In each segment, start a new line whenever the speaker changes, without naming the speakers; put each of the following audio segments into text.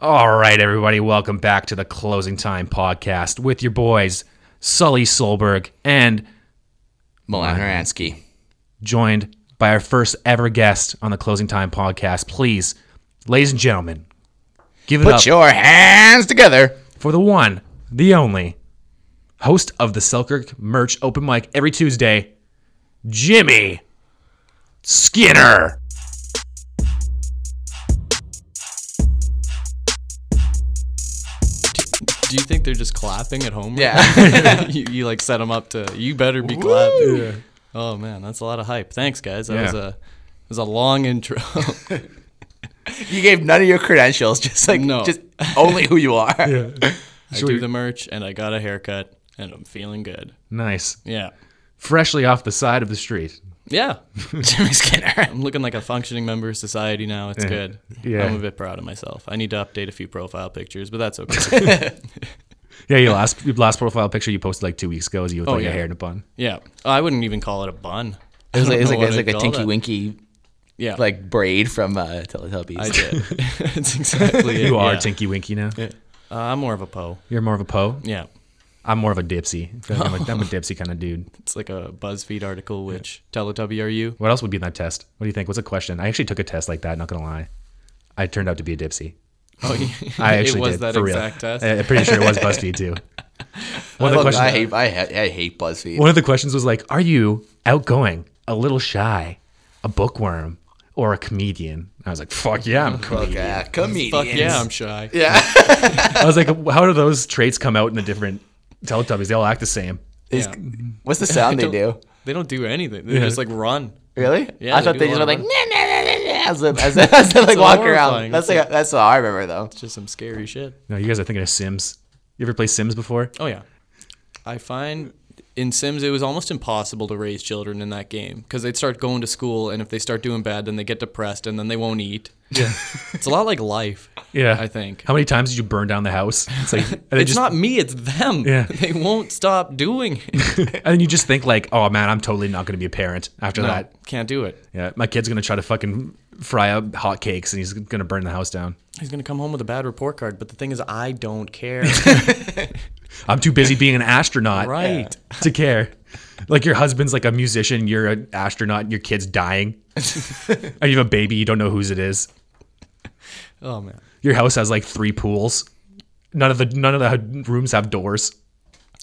All right, everybody, welcome back to the Closing Time Podcast with your boys, Sully Solberg, and
Milan Haransky.
joined by our first ever guest on the Closing Time Podcast. Please, ladies and gentlemen, give it up
Put your hands together.
for the one, the only host of the Selkirk Merch Open Mic every Tuesday, Jimmy Skinner.
Do you think they're just clapping at home?
Yeah.
you, you like set them up to. You better be clapping. Oh man, that's a lot of hype. Thanks, guys. That was
Yeah.
a it was a long intro.
you gave none of your credentials, just like
No.
just only who you are.
I do the merch and I got a haircut and I'm feeling good.
Nice.
Yeah.
Freshly off the side of the street.
Yeah.
Jimmy Skinner.
I'm looking like a functioning member of society now. It's good.
Yeah.
I'm a bit proud of myself. I need to update a few profile pictures, but that's okay.
Yeah, your last your last profile picture you posted like two weeks ago is you with like
yeah.
a hair and a bun.
yeah. I wouldn't even call it a bun.
It was like, it was like,
I don't know
it was
what
like a
I'd
Tinky
call that.
Winky
Yeah.
like braid from uh, Teletubbies.
I did. that's exactly it.
You are
yeah.
Tinky Winky now.
Uh, I'm more of a Poe.
You're more of a Poe.
Yeah.
I'm more of a Dipsy. I feel like I'm, a, I'm a Dipsy kind of dude.
It's like a BuzzFeed article, which Teletubby are you?
What else would be in that test? What do you think? What's a question? I actually took a test like that. Not gonna lie, I turned out to be a Dipsy.
Oh, yeah.
I actually
it was
did
that
for
exact
real.
test.
I- I'm pretty sure it was BuzzFeed too. One of the
Fuck,
questions.
I hate I, ha- I hate BuzzFeed.
One of the questions was like, "Are you outgoing, a little shy, a bookworm, or a comedian?" I was like, "Fuck yeah, I'm a comedian."
Fuck, uh, comedians.
Fuck yeah, I'm shy.
yeah.
I was like, "How do those traits come out in the different Teletubbies? They all act the same."
Is-
Yeah.
What's the sound
I
they do?
don't- They don't do anything. They just like run.
Really?
Yeah,
I thought they
they do
just
a
went
lot
like
of
nah, nah, nah, nah, nah, as they, as they, as they like
so
walk
horrifying.
around. That's
It's
like that's what I remember though.
It's just some scary shit.
No, you guys are thinking of Sims. You ever play Sims before?
Oh yeah. I find in Sims it was almost impossible to raise children in that game because they'd start going to school and if they start doing bad then they get depressed and then they won't eat.
Yeah.
It's a lot like life.
Yeah.
I think.
How many times did you burn down the house? It's like, and then
it's
just,
not me, it's them.
Yeah.
They won't stop doing it.
and then you just think like, oh man, I'm totally not going to be a parent after that.
Can't do it.
Yeah, my kid's going to try to fucking fry up hotcakes and he's going to burn the house down.
He's gonna come home with a bad report card, but the thing is I don't care.
I'm too busy being an astronaut
right.
to care. Like your husband's like a musician, you're an astronaut, your kid's dying, and you have a baby, you don't know whose it is.
Oh man.
Your house has like three pools. None of the none of the rooms have doors.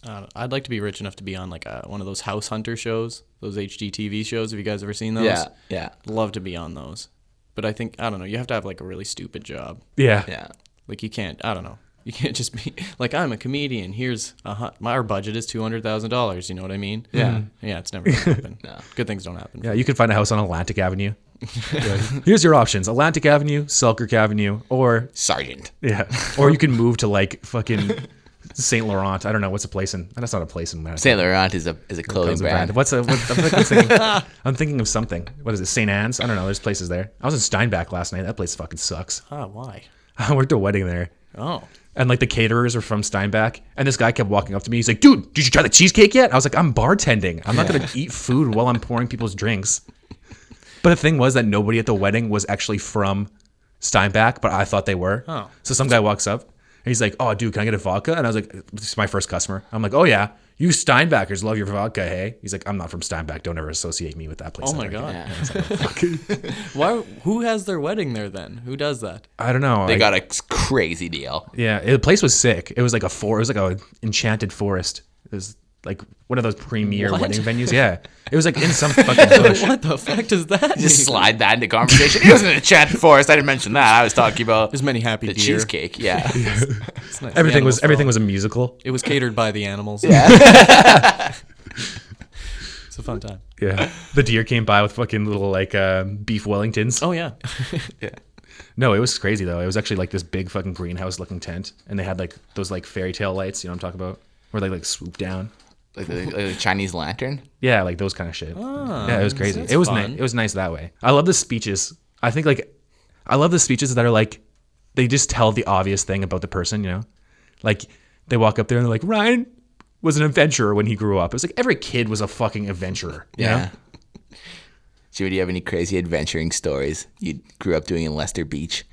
I don't- I'd like to be rich enough to be on like a, one of those House Hunter shows, those HGTV shows. Have you guys ever seen those?
Yeah, yeah,
Love to be on those. But I think, I don't know, you have to have like a really stupid job.
Yeah.
yeah.
Like you can't, I don't know. You can't just be like, I'm a comedian. Here's a hu- my, our budget is $200,000. You know what I mean? Yeah. Yeah, it's never going to happen. Good things don't happen.
Mm-hmm. Yeah, you can find a house on Atlantic Avenue. Here's your options: Atlantic Avenue, Selkirk Avenue, or
Sergeant.
yeah, or you can move to like fucking Saint Laurent. I don't know what's a place in. That's not a place in. Madison.
Saint Laurent is a is a clothing
It's a
brand.
brand. What's a? What, I'm, fucking thinking, I'm thinking of something. What is it? Saint Anne's? I don't know. There's places there. I was in Steinbach last night. That place fucking sucks.
Ah, why?
I worked a wedding there.
Oh.
And like the caterers are from Steinbach, and this guy kept walking up to me. He's like, "Dude, did you try the cheesecake yet?" I was like, "I'm bartending. I'm not gonna eat food while I'm pouring people's drinks." But the thing was that nobody at the wedding was actually from Steinbach, but I thought they were.
Oh.
So some guy walks up and he's like, "Oh, dude, can I get a vodka?" And I was like, "This is my first customer." I'm like, "Oh yeah, you Steinbackers love your vodka, hey?" He's like, "I'm not from Steinbach. Don't ever associate me with that place."
Oh
ever
my
again."
God. why? Who has their wedding there then? Who does that?
I don't know.
They
I-
got a crazy deal.
Yeah, it- the place was sick. It was like a for it was like a enchanted forest. It was like one of those premier
What?
wedding venues. Yeah, it was like in some fucking bush.
What the fuck does that
Just
mean?
slide that into conversation. it wasn't a chat before us. I didn't mention that. I was talking about
There's many happy
the
deer.
cheesecake. Yeah.
It's nice. The
Everything was
animals
everything was a musical.
It was catered by the animals. it's a fun time.
Yeah, the deer came by with fucking little like um, beef Wellingtons.
Oh yeah.
No, it was crazy though. It was actually like this big fucking greenhouse looking tent, and they had like those like fairy tale lights. You know what I'm talking about? Where they like swoop down.
like, the, like the Chinese lantern.
Yeah, like those kind of shit. yeah, it was crazy.
Ah, that's
It was
fun.
ni- it was nice that way. I love the speeches. I think like I love the speeches that are like they just tell the obvious thing about the person, you know? Like they walk up there and they're like, "Ryan was an adventurer when he grew up." It was like every kid was a fucking adventurer. yeah.
Jimmy, do you have any crazy adventuring stories you grew up doing in Lester Beach?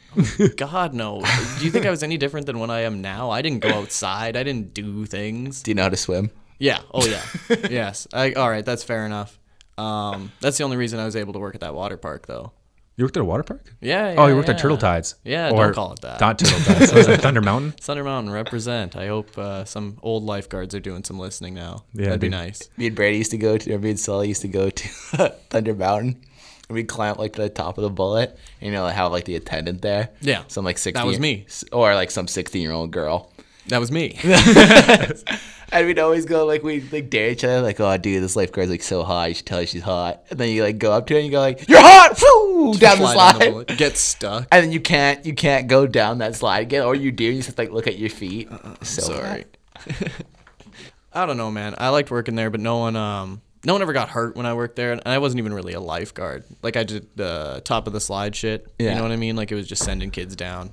God no. Do you think I was any different than what I am now? I didn't go outside. I didn't do things.
Do you know how to swim?
Yeah. Oh yeah. yes. I, all right. That's fair enough. Um, that's the only reason I was able to work at that water park, though.
You worked at a water park?
Yeah.
Oh,
yeah,
you worked at
yeah.
Turtle Tides.
Yeah,
Or
don't call it that.
Not Turtle Tides. Was it Thunder Mountain?
Thunder Mountain represent. I hope uh, some old lifeguards are doing some listening now.
Yeah,
That'd be
dude.
nice.
Me and Brady used to go to, or me and Sully used to go to Thunder Mountain. And we'd climb up like to the top of the bullet. And, you know, like, have like the attendant there.
Yeah.
Some like 16.
was me.
s- Or like some 16 year old girl.
That was me.
And we'd always go like we'd like dare each other like oh dude this lifeguard's like so hot you should tell her she's hot and then you like go up to her and you go like you're hot Woo! down the
Fly down
slide
bullet. Get stuck.
and then you can't you can't go down that slide again or you do you just have to, like look at your feet so
sorry. I don't know, man. I liked working there, but no one, um, no one ever got hurt when I worked there, and I wasn't even really a lifeguard. Like I did the top of the slide shit. You
Yeah.
know what I mean? Like it was just sending kids down.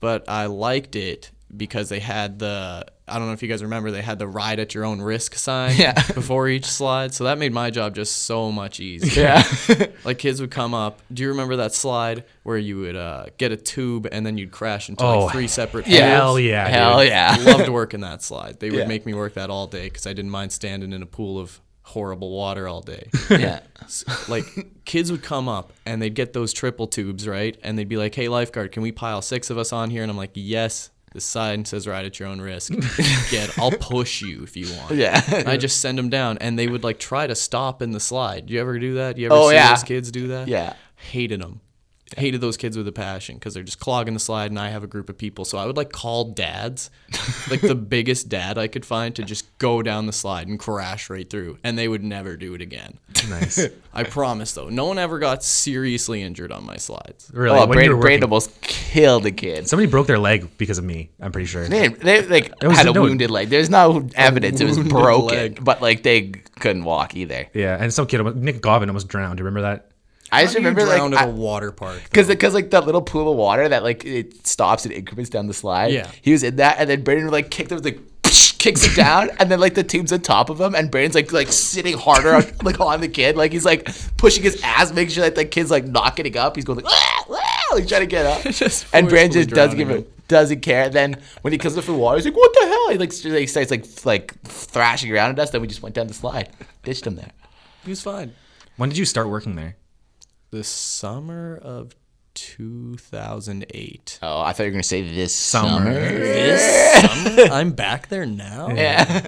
But I liked it because they had the. I don't know if you guys remember, they had the ride at your own risk sign
Yeah.
before each slide. So that made my job just so much easier.
yeah
Like kids would come up. Do you remember that slide where you would uh, get a tube and then you'd crash into
Oh,
like three separate
Hell
pools?
yeah.
hell
dude.
yeah
loved working that slide. They would
Yeah.
make me work that all day because I didn't mind standing in a pool of horrible water all day.
yeah
S- like kids would come up and they'd get those triple tubes right, and they'd be like, "Hey lifeguard, can we pile six of us on here?" And I'm like, "Yes." The sign says "Ride at your own risk." Get, I'll push you if you want.
yeah
And I just send them down, and they would like try to stop in the slide. Do you ever do that? Do you ever
Oh,
see
yeah.
those kids do that?
Yeah.
Hated them. Hated those kids with a passion because they're just clogging the slide, and I have a group of people. So I would like call dads, like the biggest dad I could find, to just go down the slide and crash right through, and they would never do it again.
Nice.
I promise, though. No one ever got seriously injured on my slides.
Really?
oh
when you
Brady,
were
Brady
working-
almost killed the kids
Somebody broke their leg because of me, I'm pretty sure.
they, they like
was
had a
no-
wounded leg there's no evidence it was
wounded
broken
leg.
but like they couldn't walk either
Yeah, and some kid, Nick Govin, almost drowned. Do you remember that?
I just
How do you
remember
drown
like
at a water park.
Because, because like that little pool of water that like it stops and increments down the slide.
Yeah.
He was in that, and then Brandon like kicked him like. Kicks him down, and then like the tube's on top of him, and Brandon's like like sitting harder on, like on the kid, like he's like pushing his ass, making sure that the kid's like not getting up. He's going like, ah, ah, like trying to get up,
Just
and Brandon
forcefully
just doesn't give
drowning
a doesn't care. And then when he comes up from the water, he's like, what the hell? He like, st- like starts like f- like thrashing around at us. Then we just went down the slide, ditched him there.
He was fine.
When did you start working there?
The summer of 2008.
Oh, I thought you were gonna say this
Summer.
this summer? I'm back there now.
Yeah.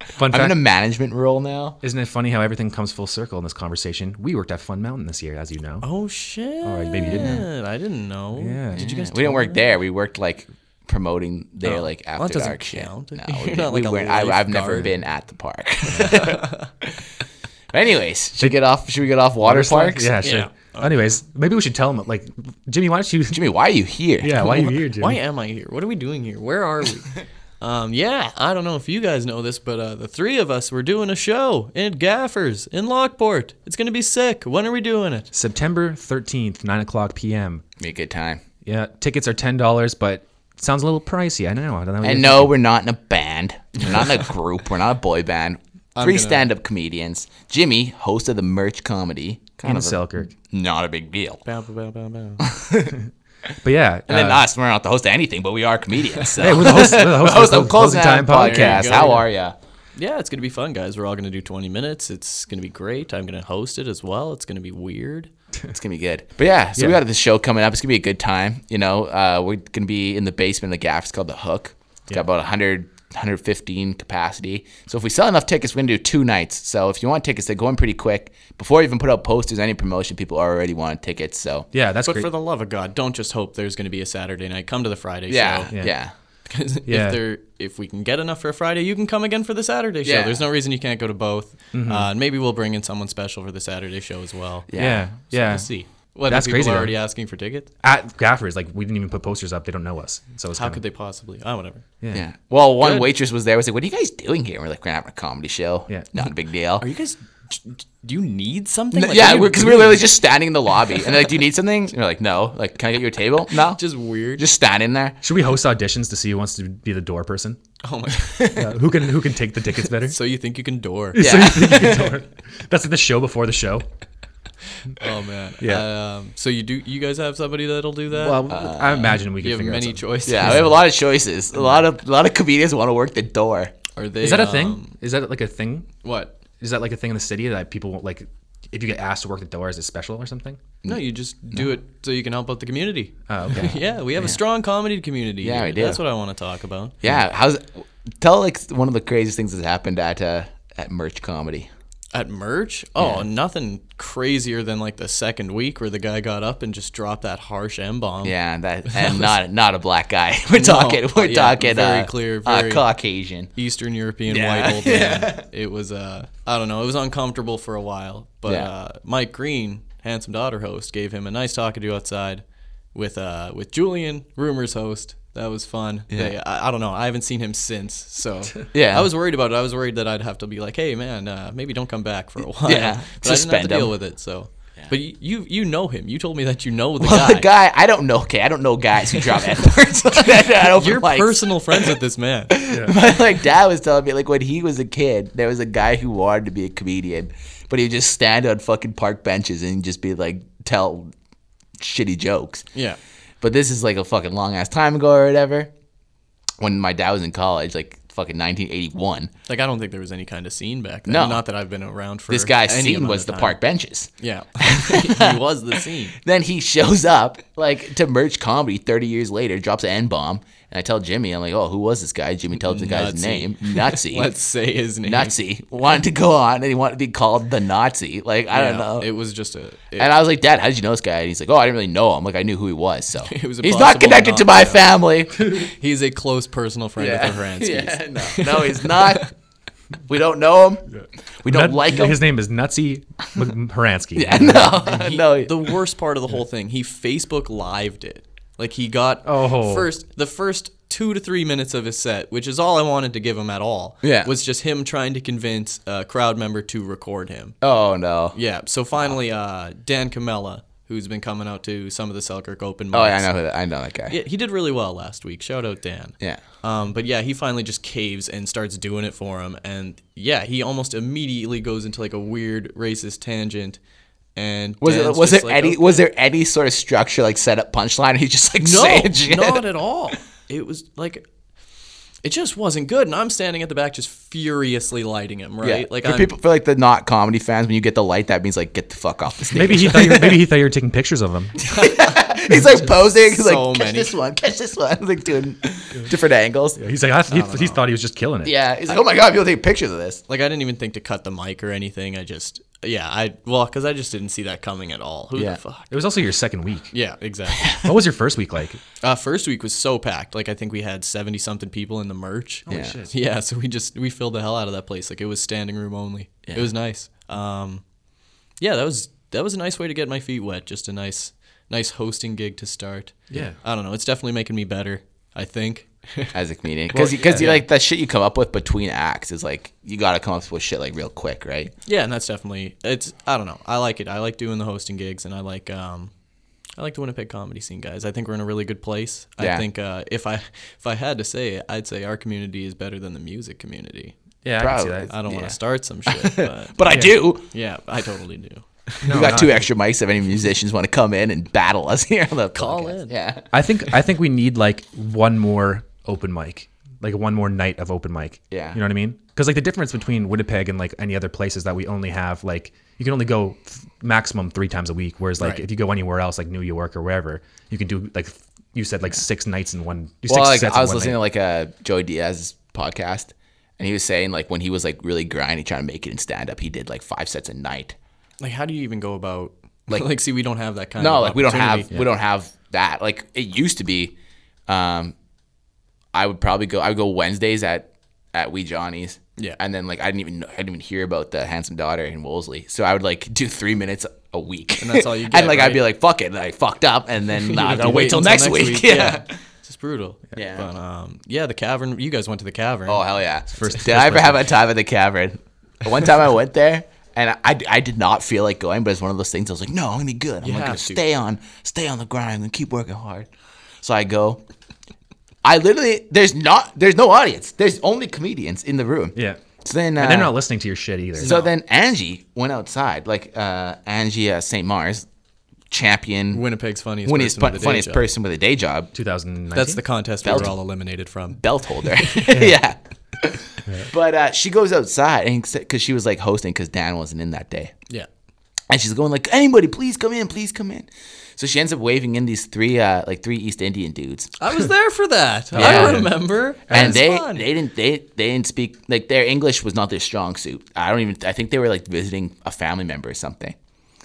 Fun
I'm
fact.
in a management role now.
Isn't it funny how everything comes full circle in this conversation? We worked at Fun Mountain this year, as you know.
Oh shit!
right, maybe you didn't know.
I didn't know.
Yeah.
Did you
Yeah,
guys?
we didn't
talk
work
about
there. We worked like promoting there,
Oh.
like after
Well, that doesn't
dark shit.
count.
No,
You're
we,
not
we
like a
weren't- I, I've never
lifeguard.
been at the park. but anyways, should we get off? Should we get off water parks?
Yeah, sure.
Yeah.
Anyways, maybe we should tell them. Like, Jimmy, why don't you?
Jimmy, why are you here?
Yeah, why are you here,
it?
Jimmy?
Why am I here? What are we doing here? Where are we? um, yeah, I don't know if you guys know this, but uh, the three of us were doing a show in Gaffers in Lockport. It's gonna be sick. When are we doing it?
September thirteenth, nine o'clock p.m.
Be a good time.
Yeah, tickets are ten dollars, but sounds a little pricey. I know. I don't know. what
And
you're
no, we're not in a band. We're not in a group. We're not a boy band. 3
gonna-
stand-up comedians. Jimmy, host of the Merch Comedy.
thinking.
Kind
in
of a-
Selkirk.
not a big deal.
Bow, bow, bow, bow, bow.
But yeah,
And then
uh,
us, we're not the host of anything, but we are comedians. So.
hey, we're the host. We're the host,
host
of the Closing Time podcast.
go.
How are ya?
Yeah, it's gonna be fun, guys. We're all gonna do 20 minutes. It's gonna be great. I'm gonna host it as well. It's gonna be weird.
It's gonna be good. But yeah, so we got this show coming up. It's gonna be a good time. You know, uh, we're gonna be in the basement of the gaff. It's called the Hook. It's got about 100, 115 capacity. So if we sell enough tickets, we're gonna do two nights. So if you want tickets, they're going pretty quick. Before we even put out posters, any promotion, people already wanted tickets. So
Yeah, that's
but
great.
for the love of God, don't just hope there's going to be a Saturday night. Come to the Friday
yeah,
show.
yeah,
Yeah.
Because
Yeah.
if there, if we can get enough for a Friday, you can come again for the Saturday show.
Yeah.
There's no reason you can't go to both. Uh, and maybe we'll bring in someone special for the Saturday show as well.
Yeah.
Mm-hmm. yeah, yeah.
We'll see. Whether
That's
That's people
crazy,
are
though.
already asking for tickets.
At Gaffers, like we didn't even put posters up. They don't know us, so it's
How
kinda-
could they possibly? Oh, whatever.
Yeah.
yeah. Well, one
Good.
waitress was there. I was like, "What are you guys doing here?" And we're like, "We're having a comedy show.
Yeah.
not a big deal."
Are you guys? Do you need something?
No, yeah, because we were literally just standing in the lobby, and they're like, "Do you need something?" And we're like, "No." Like, "Can I get you a table?" No. Just
just weird.
just standing there.
Should we host auditions to see who wants to be the door person?
oh my. God.
Yeah, who can who can take the tickets better?
so you think you can door?
So you think you can door? That's like the show before the show.
Oh man.
Yeah.
Um, so you do. You guys have somebody that'll do that?
Well, I imagine we
you
could
have
figure
many
out. something.
choices.
Yeah, we have a lot of choices. A lot of a lot of comedians want to work the door.
Are they?
Is that a
um,
thing? Is that like a thing?
What?
Is that like a thing in the city that people won't, like? If you get asked to work the door, is it special or something?
No, you just do it so you can help out the community.
Oh, okay.
yeah, we have a strong comedy community.
Yeah,
here.
we do.
That's what I want to talk about.
Yeah, how's tell like one of the craziest things that's happened at uh, at merch comedy.
At merch? Oh, nothing crazier than like the second week where the guy got up and just dropped that harsh M bomb.
Yeah, and that and not not a black guy. We're talking we're
yeah,
talking
very
uh,
clear,
uh,
very-
Caucasian.
Eastern European
Yeah.
white old man. It was uh I don't know, it was uncomfortable for a while. But
Yeah.
uh, Mike Green, handsome daughter host, gave him a nice talking to outside with uh with Julian, rumors host. That was fun. They, I, I don't know. I haven't seen him since. So
Yeah.
I was worried about it. I was worried that I'd have to be like, hey man, uh, maybe don't come back for a while.
Yeah,
but I didn't have
suspend
to
him.
deal with it. So. But you, you you know him. You told me that you know the
Well,
guy.
the guy I don't know. Okay, I don't know guys who drop F words. I don't
You're personal friends with this man.
My like dad was telling me like when he was a kid, there was a guy who wanted to be a comedian, but he'd just stand on fucking park benches and just be like tell shitty jokes.
Yeah.
But this is like a fucking long ass time ago or whatever. When my dad was in college, like fucking 1981,
Like I don't think there was any kind of scene back then.
No.
Not that I've been around for
this guy's
any
scene
amount
was
of
the
time.
park benches.
Yeah, he was the scene.
Then he shows up like to merch comedy 30 years later, drops an N bomb, and I tell Jimmy, I'm like, oh, who was this guy? Jimmy tells the guy's
Nazi.
name, Nazi.
Let's say his name.
Nazi wanted to go on and he wanted to be called the Nazi. Like I don't
Yeah,
know.
It was just a. it-
and I was like, Dad, how did you know this guy? And he's like, Oh, I didn't really know him. Like I knew who he was. So
was
he's not
impossible
connected
not
to my
to know.
family.
he's a close personal friend of the Horanskys.
no, no, he's not. We don't know him. We don't
Nut-
like him.
His name is Nutsy Horansky.
no, no.
The worst part of the whole thing, he Facebook lived it. Like he got
Oh.
first the first two to three minutes of his set, which is all I wanted to give him at all.
Yeah.
was just him trying to convince a crowd member to record him.
oh no.
Yeah. So finally, uh, Dan Camella, who's been coming out to some of the Selkirk open mics.
Oh yeah, I know who that. I know that guy.
Yeah, he did really well last week. Shout out Dan.
Yeah.
Um, but yeah, he finally just caves and starts doing it for him, and yeah, he almost immediately goes into like a weird racist tangent. And
Was
Dan's
it, was
just
there
like,
any
"Oh,
was there any sort of structure like set up punchline? And he's just like saying shit.
no, not at all. It was like. It just wasn't good, and I'm standing at the back, just furiously lighting him. Right,
Yeah.
like
for
I'm,
people for like the not comedy fans, when you get the light, that means like get the fuck off the stage.
Maybe he thought you were, maybe he thought you were taking pictures of him.
He's like posing. He's
so
like, catch
many.
this one, catch this one. Like doing different angles. Yeah.
He's like, I, he, he thought he was just killing it.
He's like, oh my god, people take pictures of this.
like I didn't even think to cut the mic or anything. I just, yeah, I well, because I just didn't see that coming at all. Who
Yeah.
the fuck?
It was also your second week.
Yeah, exactly.
What was your first week like?
Uh, first week was so packed. Like I think we had seventy something people in the merch. yeah.
shit.
So we just we filled the hell out of that place. Like it was standing room only. It was nice. Um, yeah, that was that was a nice way to get my feet wet. Just a nice nice hosting gig to start.
Yeah.
I don't know. It's definitely making me better. I think.
As a comedian, because because you like that shit you come up with between acts is like you gotta come up with shit like real quick, right?
yeah, and that's definitely it's. I don't know. I like it. I like doing the hosting gigs, and I like um, I like the Winnipeg comedy scene, guys. I think we're in a really good place.
Yeah.
I think uh, if I if I had to say it, I'd say our community is better than the music community.
Yeah, I
Probably.
can see that.
I don't want
Yeah.
to start some shit, but
But I do.
yeah, I totally do.
we got two extra mics if any musicians want to come in and battle us here on the
Call
podcast.
in.
Yeah.
I think I think we need like one more open mic, like one more night of open mic.
Yeah.
you know what I mean? Because like the difference between Winnipeg and like any other places that we only have like you can only go th- maximum three times a week. Whereas like
Right.
if you go anywhere else, like New York or wherever, you can do like you said like six nights in one.
Well,
six
like,
sets
I
in
was
one
listening
night.
to like a Joey Diaz podcast, and he was saying like when he was like really grinding, trying to make it in stand up, he did like five sets a night.
Like, how do you even go about?
Like-
Like, see, we don't have that kind.
no
of
like we don't have
opportunity.
we don't have that like it used to be um i would probably go i would go wednesdays at at wee johnny's
Yeah.
and then like i didn't even know, i didn't even hear about the handsome daughter in wolseley so i would like do three minutes a week and
that's all you
and
get,
like i'd
right?
be like fuck it and i fucked up and then nah, i
have
gotta
to
wait till
until
next, week, yeah,
it's just brutal.
Yeah.
but um, yeah, the cavern. You guys went to the cavern.
oh hell yeah
First-
did
first
i ever
birthday.
have a time at the cavern one time i went there and I- I, I did not feel like going, but it's one of those things I was like, no, I'm gonna be good. I'm like, gonna
have to.
stay on, stay on the grind and keep working hard. So I go. I literally there's not there's no audience. There's only comedians in the room.
Yeah.
So then, uh,
And they're not listening to your shit either.
So then Angie went outside, like uh, Angie uh, St. Mars, champion,
Winnipeg's funniest
winniest,
person
pun-
with a day
funniest
job.
person with a day job,
2019.
That's the contest we
That
were
was-
all eliminated from.
belt holder. yeah. But uh, she goes outside and because she was like hosting because Dan wasn't in that day.
Yeah.
and she's going like anybody please come in please come in so she ends up waving in these three uh like three east indian dudes
I was there for that.
Yeah.
I remember.
and
It's
they
fun.
they didn't they they didn't speak like their english was not their strong suit i don't even i think they were like visiting a family member or something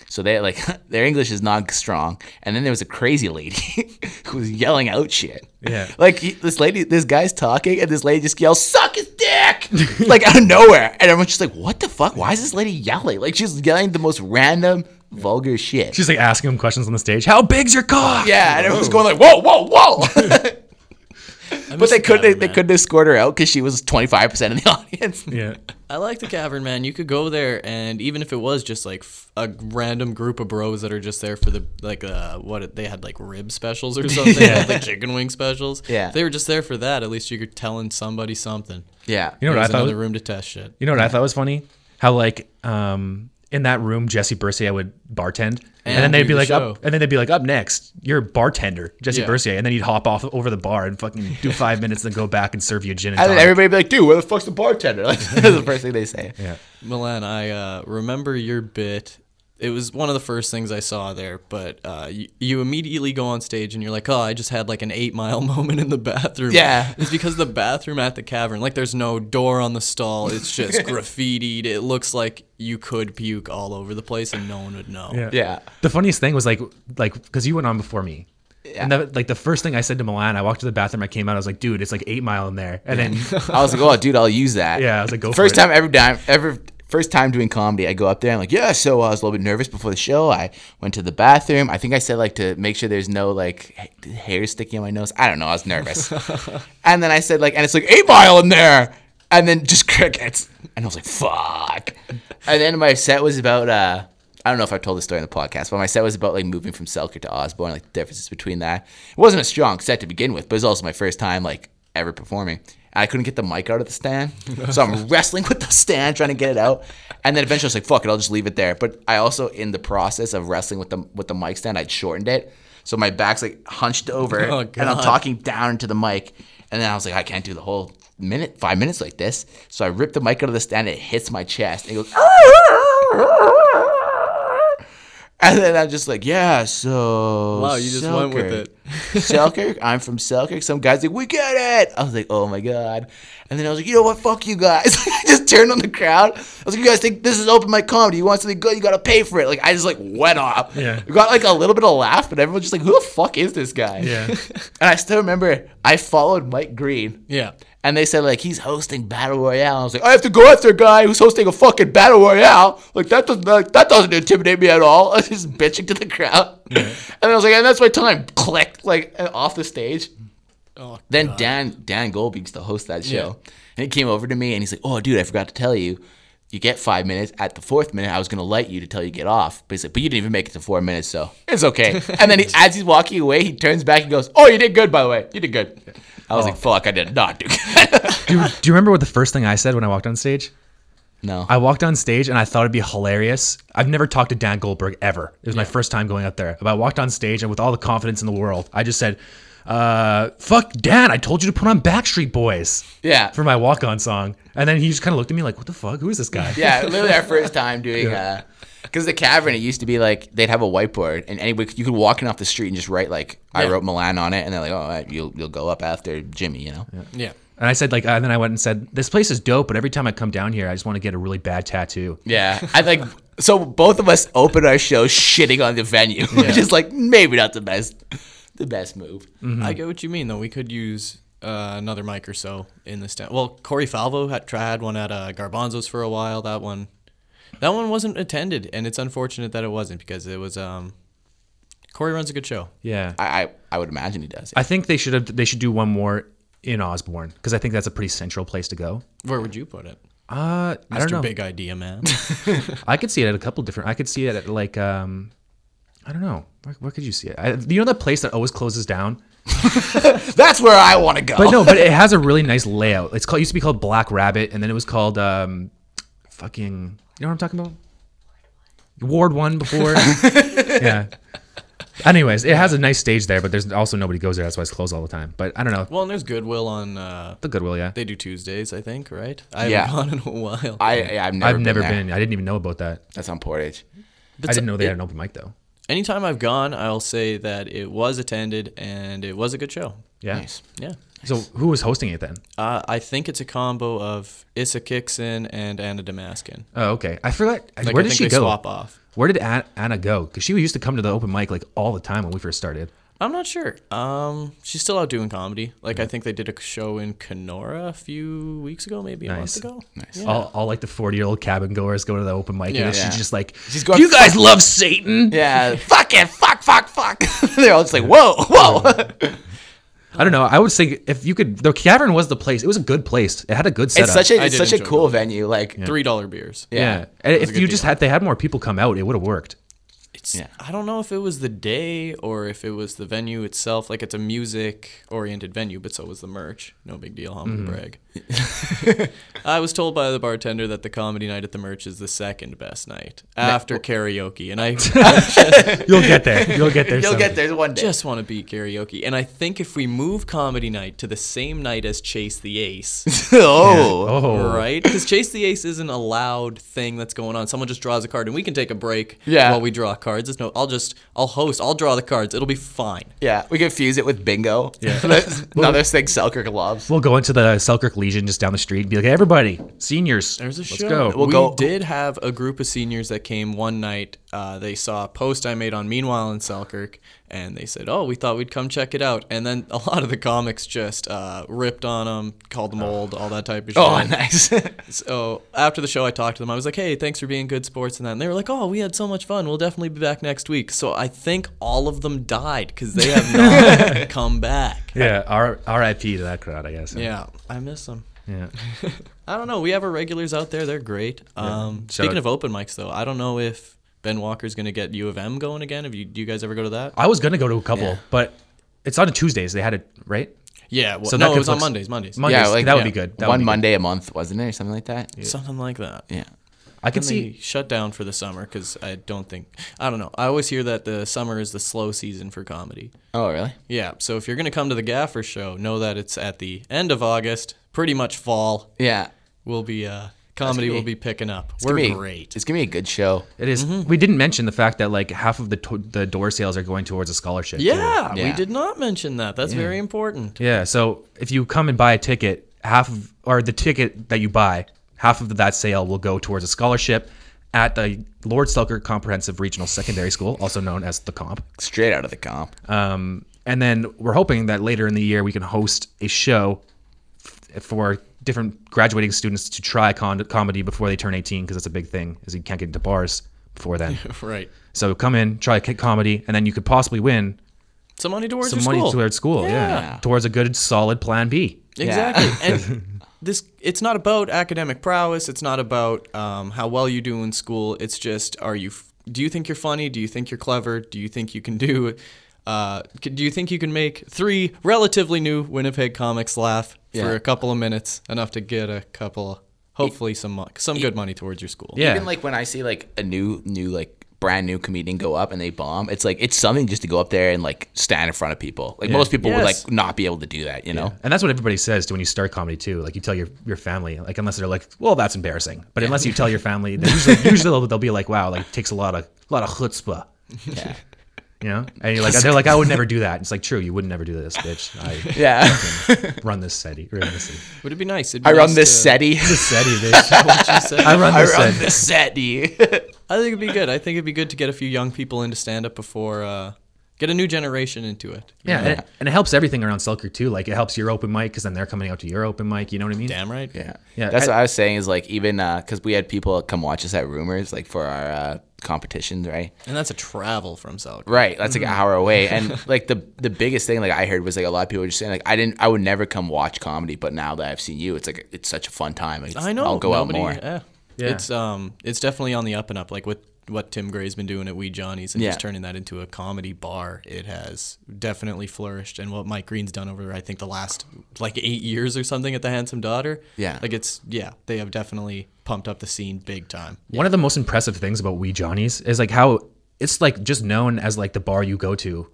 so they like their english is not strong and then there was a crazy lady who was yelling out shit
Yeah.
like he, this lady this guy's talking and this lady just yells suck his dick like out of nowhere and everyone's just like what the fuck why is this lady yelling like she's yelling the most random vulgar shit
She's like asking him questions on the stage. How big's your cock?
Yeah, and everyone's going like, whoa, whoa, whoa.
I
but
miss
they
the
couldn't they,
Cavern Man.
couldn't have scored her out because she was twenty five percent of the audience.
Yeah.
I like the cavern, man. You could go there, and even if it was just like f- a random group of bros that are just there for the like, uh, what it- they had like rib specials or something, yeah. like chicken wing specials.
Yeah.
If they were just there for that. At least you were telling somebody something.
Yeah.
You know what
There's
I thought?
another
Was,
room to test shit.
you know what I thought was funny? How like um in that room Jesse Bercier would bartend. And, then
And
they'd
do
be
the
like,
show.
up, and then they'd be like, up next, you're a bartender, Jesse
Yeah.
Bercier, and then you'd hop off over the bar and fucking do five minutes, then go back and serve you a gin and
And then
tonic.
everybody be like, dude, where the fuck's the bartender? Like, that's the first thing they say.
yeah,
Milan, I uh, remember your bit. It was one of the first things I saw there, but uh, you, you immediately go on stage and you're like, oh, I just had like an eight mile moment in the bathroom.
Yeah.
It's because the bathroom at the cavern, like, there's no door on the stall. It's just graffitied. It looks like you could puke all over the place and no one would know.
yeah,
Yeah.
The funniest thing was like, like because you went on before me. And the, like the first thing I said to Milan, I walked to the bathroom, I came out, I was like, dude, it's like eight mile in there. And then,
I was like, oh, dude, I'll use that.
yeah, I was like, go
First
for it.
time ever time ever first time doing comedy, I go up there. I'm like, yeah. So uh, I was a little bit nervous before the show. I went to the bathroom. I think I said like to make sure there's no like ha- hair sticking on my nose. I don't know. I was nervous. and then I said like, and it's like eight mile in there, and then just crickets. And I was like, fuck. And then my set was about. uh I don't know if I've told this story on the podcast, but my set was about like moving from Selkirk to Osborne, like the differences between that. It wasn't a strong set to begin with, but it was also my first time like ever performing. And I couldn't get the mic out of the stand. So I'm wrestling with the stand, trying to get it out. And then eventually I was like, fuck it, I'll just leave it there. But I also, in the process of wrestling with the with the mic stand, I'd shortened it. So my back's like hunched over
Oh,
and I'm
God.
talking down into the mic. And then I was like, I can't do the whole minute, five minutes like this. So I ripped the mic out of the stand, it hits my chest, and it goes, and then I'm just like, yeah, so.
Wow, you just went with it.
Selkirk. I'm from Selkirk. Some guy's like, we get it. I was like, oh my god. And then I was like, you know what? Fuck you guys. I just turned on the crowd. I was like, you guys think this is open mic comedy? You want something good? You gotta pay for it. Like I just like went off.
Yeah.
Got like a little bit of laugh, but everyone's just like, who the fuck is this guy?
Yeah.
and I still remember I followed Mike Green.
Yeah.
And they said like he's hosting battle royale. I was like, I have to go after a guy who's hosting a fucking battle royale. Like that doesn't like, that doesn't intimidate me at all. I was just bitching to the crowd. And I was like, and that's my time. Click like and off the stage.
Oh,
Then Dan Dan Goldberg used to host that show, and he came over to me and he's like, "Oh, dude, I forgot to tell you, you get five minutes. At the fourth minute, I was gonna light you to tell you to get off, but he's like, but you didn't even make it to four minutes, so it's okay." and then he, as he's walking away, he turns back and goes, "Oh, you did good, by the way. You did good." I
Oh.
was like, "Fuck, I did not do good."
Do you, do you remember what the first thing I said when I walked on stage?
no,
I walked on stage and I thought it'd be hilarious. I've never talked to Dan Goldberg ever. It was my first time going up there. But I walked on stage and with all the confidence in the world, I just said, uh, fuck Dan, I told you to put on Backstreet Boys
yeah,
for my walk on song. And then he just kind of looked at me like, what the fuck? Who is this guy?
yeah, literally our first time doing. uh 'cause because the cavern, it used to be like they'd have a whiteboard, and anybody you could walk in off the street and just write like "I wrote Milan" on it, and they're like, "Oh, all right, you'll you'll go up after Jimmy," you know.
Yeah.
And I said, like, and then I went and said, this place is dope, but every time I come down here, I just want to get a really bad tattoo.
Yeah, I think so. Both of us opened our show shitting on the venue, which is like maybe not the best, the best move.
Mm. Mm-hmm.
I get what you mean, though. We could use uh, another mic or so in this town. Well, Corey Falvo had tried one at uh, Garbanzo's for a while. That one, that one wasn't attended, and it's unfortunate that it wasn't because it was. Um, Corey runs a good show.
Yeah.
I, I I would imagine he does.
I think they should have, they should do one more in Osborne because I think that's a pretty central place to go.
Where would you put it,
Uh, I don't
Mister
know.
Big Idea Man?
I could see it at a couple different. I could see it at like um, I don't know. Where, where could you see it? I, you know that place that always closes down.
That's where I want to go.
But no, but it has a really nice layout. It's called it used to be called Black Rabbit, and then it was called um, fucking. You know what I'm talking about? Ward One before. yeah. Anyways, it has a nice stage there, but there's also nobody goes there. That's why it's closed all the time. But I don't know.
Well, and there's Goodwill on. Uh,
The Goodwill, yeah.
they do Tuesdays, I think, right? I haven't
Yeah.
gone in a while.
I, I've never,
I've
been,
never
there.
been. I didn't even know about that.
That's on Portage.
I
That's-
didn't know they
it-
had an open mic though.
Anytime I've gone, I'll say that it was attended and it was a good show.
Yeah.
Nice.
Yeah.
So who was hosting it then?
Uh, I think it's a combo of Issa Kixon and Anna Damaskin.
Oh, okay. I forgot.
Like,
Where
I
did
think
she
they
go?
swap off.
Where did An- Anna go? Because she used to come to the open mic like all the time when we first started.
I'm not sure. Um, she's still out doing comedy. Like I think they did a show in Kenora a few weeks ago, maybe a
Nice.
month ago. Nice. Yeah.
All, all like the 40 year old cabin goers go to the open mic
Yeah.
and then
Yeah.
she's just like,
She's going-
You guys love Satan.
Yeah. fuck it. Fuck, fuck, fuck. They're all just like, whoa, whoa.
I don't know. I would think if you could, the cavern was the place. It was a good place. It had a good setup.
it's such a,
I
it's
did
such a
enjoy
cool venue. Like, yeah.
Three dollar beers.
yeah. And if you just had, they had more people come out, it would have worked.
It's
Yeah.
I don't know if it was the day or if it was the venue itself. Like it's a music oriented venue, but so was the merch. No big deal. I'm gonna brag.
Mm-hmm.
I was told by the bartender that the comedy night at the merch is the second best night after karaoke, and I
You'll get there. You'll get there.
You'll
someday.
get there one day.
just want to beat karaoke. And I think if we move comedy night to the same night as Chase the Ace,
oh.
Oh.
right? Because Chase the Ace isn't a loud thing that's going on. Someone just draws a card, and we can take a break
Yeah.
while we draw cards. It's no, I'll just, I'll host, I'll draw the cards. It'll be fine.
Yeah, we could fuse it with bingo. Yeah. Another thing Selkirk loves.
We'll go into the Selkirk Legion just down the street and be like, hey, everybody, seniors,
There's a
let's
show.
go.
We'll
we
go-
did have a group of seniors that came one night. Uh, they saw a post I made on Meanwhile in Selkirk, and they said, "Oh, we thought we'd come check it out." And then a lot of the comics just uh, ripped on them, called them old, all that type of shit.
Oh, nice.
So after the show, I talked to them. I was like, "Hey, thanks for being good sports and that." And they were like, "Oh, we had so much fun. We'll definitely be back next week." So I think all of them died because they have not come back.
Yeah, R- RIP to that crowd, I guess.
Yeah, I miss them.
Yeah.
I don't know. We have our regulars out there. They're great. Um,
Shout
speaking
out-
of open mics, though, I don't know if Ben Walker's going to get U of M going again. Have you? Do you guys ever go to that?
I was going to go to a couple, but it's on Tuesdays. They had it, right?
yeah. Well,
So that
no,
could
it was on
flex-
Mondays. Mondays.
Mondays.
yeah, like
that would
yeah.
be good. That would
one
be good.
Monday a month, wasn't it, or something like that? Yeah.
Something like that.
I could
Then
see.
they shut down for the summer because I don't think I don't know. I always hear that the summer is the slow season for comedy.
Oh, really?
Yeah. So if you're going to come to the Gaffer Show, know that it's at the end of August, pretty much fall.
Yeah.
Will be uh, comedy
gonna
will
be-
be picking up.
It's
We're
gonna be,
great.
It's gonna be a good show.
It is-
Mm-hmm.
We didn't mention the fact that like half of the to- the door sales are going towards a scholarship. too.
Yeah,
Yeah.
we did not mention that. That's very important.
Yeah. So if you come and buy a ticket, half of or the ticket that you buy, half of that sale will go towards a scholarship at the Lord Selkirk Comprehensive Regional Secondary School, also known as the Comp.
Straight out of the comp.
Um, and then we're hoping that later in the year we can host a show f- for different graduating students to try con- comedy before they turn 18 because that's a big thing is you can't get into bars before then.
Right.
so come in, try kick comedy, and then you could possibly win
Some money towards
some
your
money
school.
towards school. Yeah.
Yeah.
towards a good solid plan B.
Exactly. and this it's not about academic prowess. It's not about um, how well you do in school. It's just are you f- do you think you're funny? Do you think you're clever? Do you think you can do uh, c- do you think you can make three relatively new Winnipeg comics laugh
Yeah.
for a couple of minutes, enough to get a couple, hopefully some mo- some good money towards your school?
Yeah.
Even like when I see like a new, new like brand new comedian go up and they bomb, it's like it's something just to go up there and like stand in front of people. Like most people would
Yes.
like not be able to do that, you know?
And that's what everybody says to when you start comedy too. Like you tell your, your family, like unless they're like, well, that's embarrassing. But unless you tell your family, they usually, usually they'll, they'll be like, wow, like it takes a lot of a lot of chutzpah.
Yeah.
You know, and you're like, they're like, I would never do that. It's like, true, you would never do this, bitch. I
Yeah.
run this SETI. Run this SETI,
Would it be nice? It'd be
I run
nice
this
to-
SETI.
This SETI, bitch.
What you said.
I run
I
this
run
SETI.
this SETI.
I think it'd be good. I think it'd be good to get a few young people into stand up before uh, get a new generation into it.
Yeah, and it, and it helps everything around Selkirk too. Like it helps your open mic because then they're coming out to your open mic. You know what I mean?
Damn right.
Yeah.
Yeah,
That's
I-
what I was saying is like even because we had people come watch us at Rumors like for our uh, competitions, right?
And that's a travel from Selkirk.
Right. That's like an hour away, and like the the biggest thing like I heard was like a lot of people were just saying like I didn't I would never come watch comedy, but now that I've seen you, it's like it's such a fun time. Like,
I know.
I'll go
nobody- uh,
out more.
Yeah.
Yeah.
It's um, it's definitely on the up and up. Like with what Tim Gray's been doing at Wee Johnny's and
Yeah.
just turning that into a comedy bar. It has definitely flourished, and what Mike Green's done over, I think, the last like eight years or something at the Handsome Daughter.
Yeah.
like it's yeah, they have definitely pumped up the scene big time.
One of the most impressive things about Wee Johnny's is like how it's like just known as like the bar you go to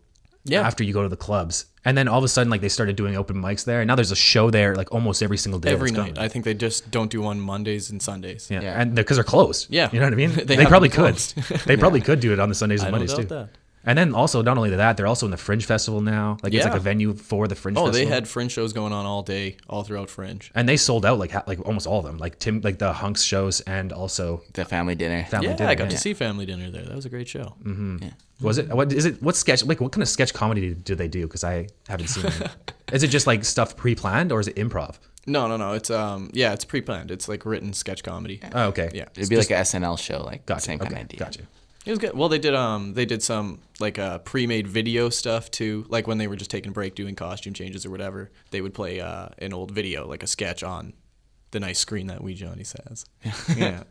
Yeah.
after you go to the clubs. And then all of a sudden like they started doing open mics there and now there's a show there like almost every single day.
Every
that's
night,
going.
I think they just don't do one Mondays and Sundays.
Yeah.
Yeah.
And because they're closed.
Yeah.
You know what I mean?
They
They,
have
probably
them
could.
closed.
they probably could do it on the Sundays and
I don't
Mondays too.
doubt that.
And then also not only that, they're also in the Fringe Festival now. Like it's like
Yeah.
a venue for the Fringe
Oh,
Festival.
they had Fringe shows going on all day, all throughout Fringe.
and they sold out like ha- like almost all of them. Like Tim like the Hunks shows and also
The family dinner.
Family
Yeah, Mm.
Dinner.
I got to see Family Dinner there. That was a great show.
Was it what is it what sketch like what kind of sketch comedy do they do cuz I haven't seen it. is it just like stuff pre-planned or is it improv?
No, no, no. It's um, yeah, it's pre-planned. It's like written sketch comedy.
Oh, okay.
Yeah.
It'd be like an SNL show, like
Gotcha.
same
okay.
kind of idea.
Gotcha.
It was good. Well, they did um they did some like uh pre-made video stuff too. Like when they were just taking a break doing costume changes or whatever, they would play uh an old video like a sketch on the nice screen that Wee Johnny says. yeah.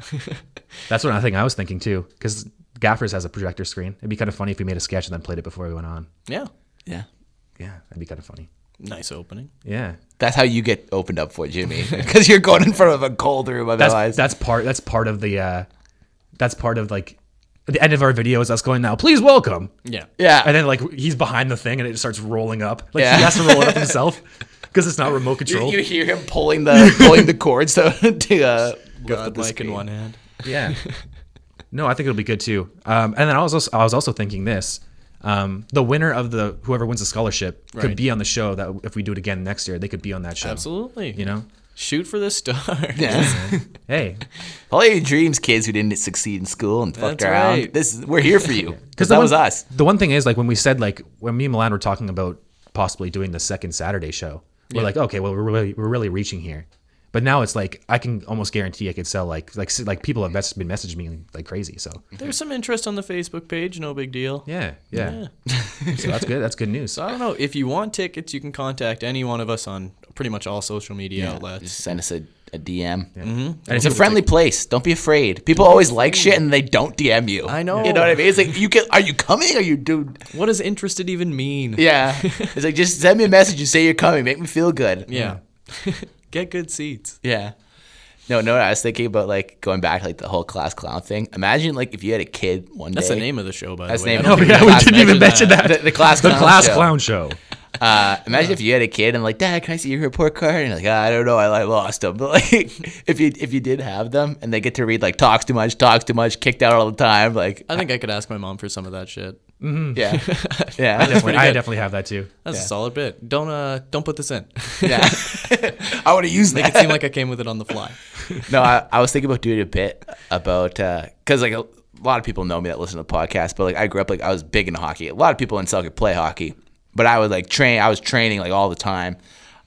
That's one thing I was thinking too cuz Gaffers has a projector screen. It'd be kind of funny if we made a sketch and then played it before we went on.
Yeah.
Yeah.
Yeah, that'd be kind of funny.
Nice opening.
Yeah.
That's how you get opened up for Jimmy, because you're going in front of a cold room.
that's
Otherwise,
that's part that's part of the uh that's part of like at the end of our video is us going now please welcome
Yeah.
yeah.
and then like he's behind the thing and it just starts rolling up like
Yeah.
he has to roll it up himself because it's not remote control
You, you hear him pulling the pulling the cords to, to uh, lift up the
Godlike in
screen.
one hand.
yeah no i think it'll be good too um and then i was also i was also thinking this um the winner of the whoever wins the scholarship could
Right.
be on the show that if we do it again next year they could be on that show
Absolutely.
you know
Shoot for the stars.
Yeah.
hey
All your dreams, kids who didn't succeed in school and fucked
That's
around.
right.
This is, we're here for you. Because
the
that
one-
was us.
The one thing is, like, when we said, like, when me and Milan were talking about possibly doing the second Saturday show, we're like, okay, well, we're really, we're really reaching here. But now it's like I can almost guarantee I could sell like like s- like people have mess- been messaging me like crazy. So
There's some interest on the Facebook page, no big deal.
yeah, yeah. so that's good. That's good news.
So I don't know. If you want tickets, you can contact any one of us on pretty much all social media outlets.
Just send us a, a DM.
Mm-hmm.
And
It's a friendly place. Don't be afraid. People always like shit and they don't DM you.
I know.
You know what I mean? It's like you can. Are you coming? Are you dude?
What does interested even mean?
Yeah. it's like just send me a message and say you're coming. Make me feel good.
Yeah. Get good seats.
Yeah. No, no. I was thinking about like going back to like the whole class clown thing. Imagine like if you had a kid one
That's
day.
the name of the show, by
That's the
the way.
name.
I don't
Oh,
of
think
the
yeah,
show.
we
Class
didn't even mention that.
The, the class
the
clown
class
show.
clown show.
Uh, imagine if you had a kid and like, Dad, can I see your report card? And you're like, "Ah, I don't know, I like lost them. But like, if you if you did have them and they get to read like talks too much, talks too much, kicked out all the time, like,
I think I could ask my mom for some of that shit.
yeah, yeah,
Definitely- I definitely have that too.
That's
Yeah.
a solid bit. Don't uh, don't put this in.
yeah. I would have used
Make it
that.
seem like I came with it on the fly.
no, I, I was thinking about doing a bit about because like a, lot of people know me that listen to the podcast, but like I grew up like I was big into hockey. A lot of people in South could play hockey, but I would like train. I was training like all the time.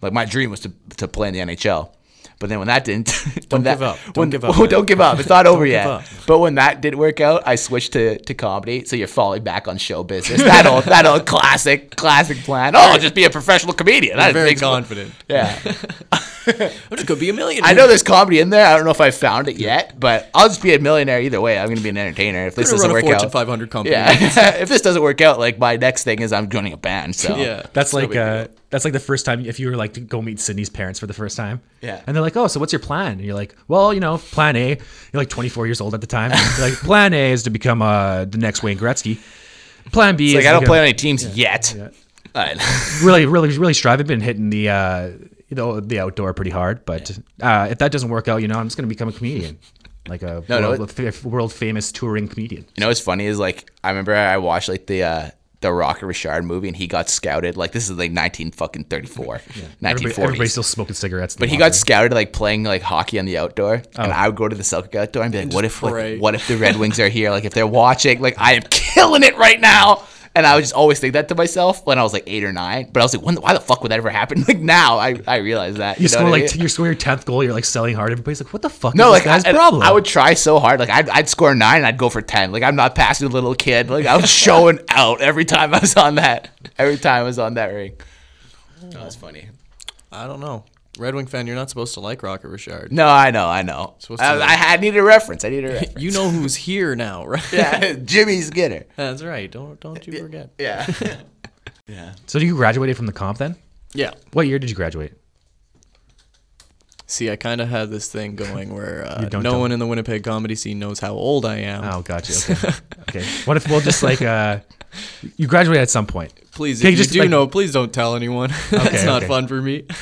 Like my dream was to to play in the NHL. But then when that didn't, when
Don't
that,
give up. Don't
when-
give up,
oh,
man.
don't give up. It's not over yet.
up.
But when that did work out, I switched to, to comedy. So you're falling back on show business. That old that old classic classic plan. Oh, I'll just be a professional comedian. That
I'm very
makes-
confident.
Yeah.
I'm just gonna be a millionaire.
I know there's comedy in there. I don't know if I found it yet, but I'll just be a millionaire either way. I'm going to be an entertainer if this
I'm gonna
doesn't
run a
work
Fortune
out.
500 company.
Yeah, if this doesn't work out, like my next thing is I'm joining a band. So
Yeah.
That's
no
like
big
uh, that's like the first time if you were like to go meet Sydney's parents for the first time.
Yeah.
And they're like, "Oh, so what's your plan?" And you're like, "Well, you know, plan A." You're like 24 years old at the time. You're like, "Plan A is to become uh, the next Wayne Gretzky." Plan B
like
is
I don't
to
play on
become-
any teams yet. All right.
really, really, really strive. I've been hitting the uh, you know the outdoor pretty hard, but uh, if that doesn't work out, you know, I'm just gonna become a comedian, like a
No, no,
world, world famous touring comedian.
you know what's funny is like I remember I watched like the uh, the Rocket Richard movie and he got scouted. Like this is like 19 fucking 34,
Everybody,
1940s.
everybody's still smoking cigarettes. in
But
the
he got
locker
scouted like playing like hockey on the outdoor,
Oh.
and I would go to the Celtic outdoor and be like, "What if
pray.
like, what if the Red Wings are here? Like if they're watching, like I am killing it right now." And I would just always think that to myself when I was like eight or nine. But I was like, when, "Why the fuck would that ever happen?" Like now, I I realize that
room. You,
know
score
what I
like
mean?
t- you score your tenth goal. You're like selling hard. Everybody's like, "What the fuck?"
no,
is
like
this guy's
I,
problem.
I would try so hard. Like I'd, I'd score nine, and I'd go for ten. Like I'm not passing a little kid. Like I was showing out every time I was on that. Every time I was on that ring. Oh, that's funny.
I don't know. Red Wing fan, you're not supposed to like Rocket Richard.
No, I know, I know.
Supposed to
I,
be-
I, I need a reference. I need a reference.
You know who's here now, right?
yeah, Jimmy's getter.
That's right. Don't don't you forget.
Yeah.
So you graduated from the comp then?
Yeah.
What year did you graduate?
See, I kind of had this thing going where uh,
don't
no
tell
one in the Winnipeg comedy scene knows how old I am.
Oh, gotcha. Okay. okay. What if we'll just like uh, you graduate at some point?
Please,
Okay,
if you
just,
do
like-
know, please don't tell anyone. It's
Okay,
not
okay.
fun for me.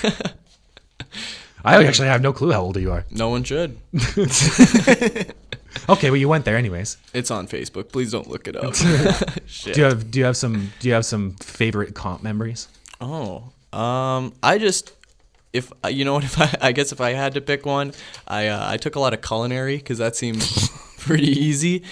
I actually have no clue how old you are.
No one should.
Okay, well you went there anyways.
It's on Facebook. Please don't look it up.
Do you have do you have some do you have some favorite comp memories?
Oh, um, I just if you know what if I, I guess if I had to pick one, I uh, I took a lot of culinary because that seemed pretty easy,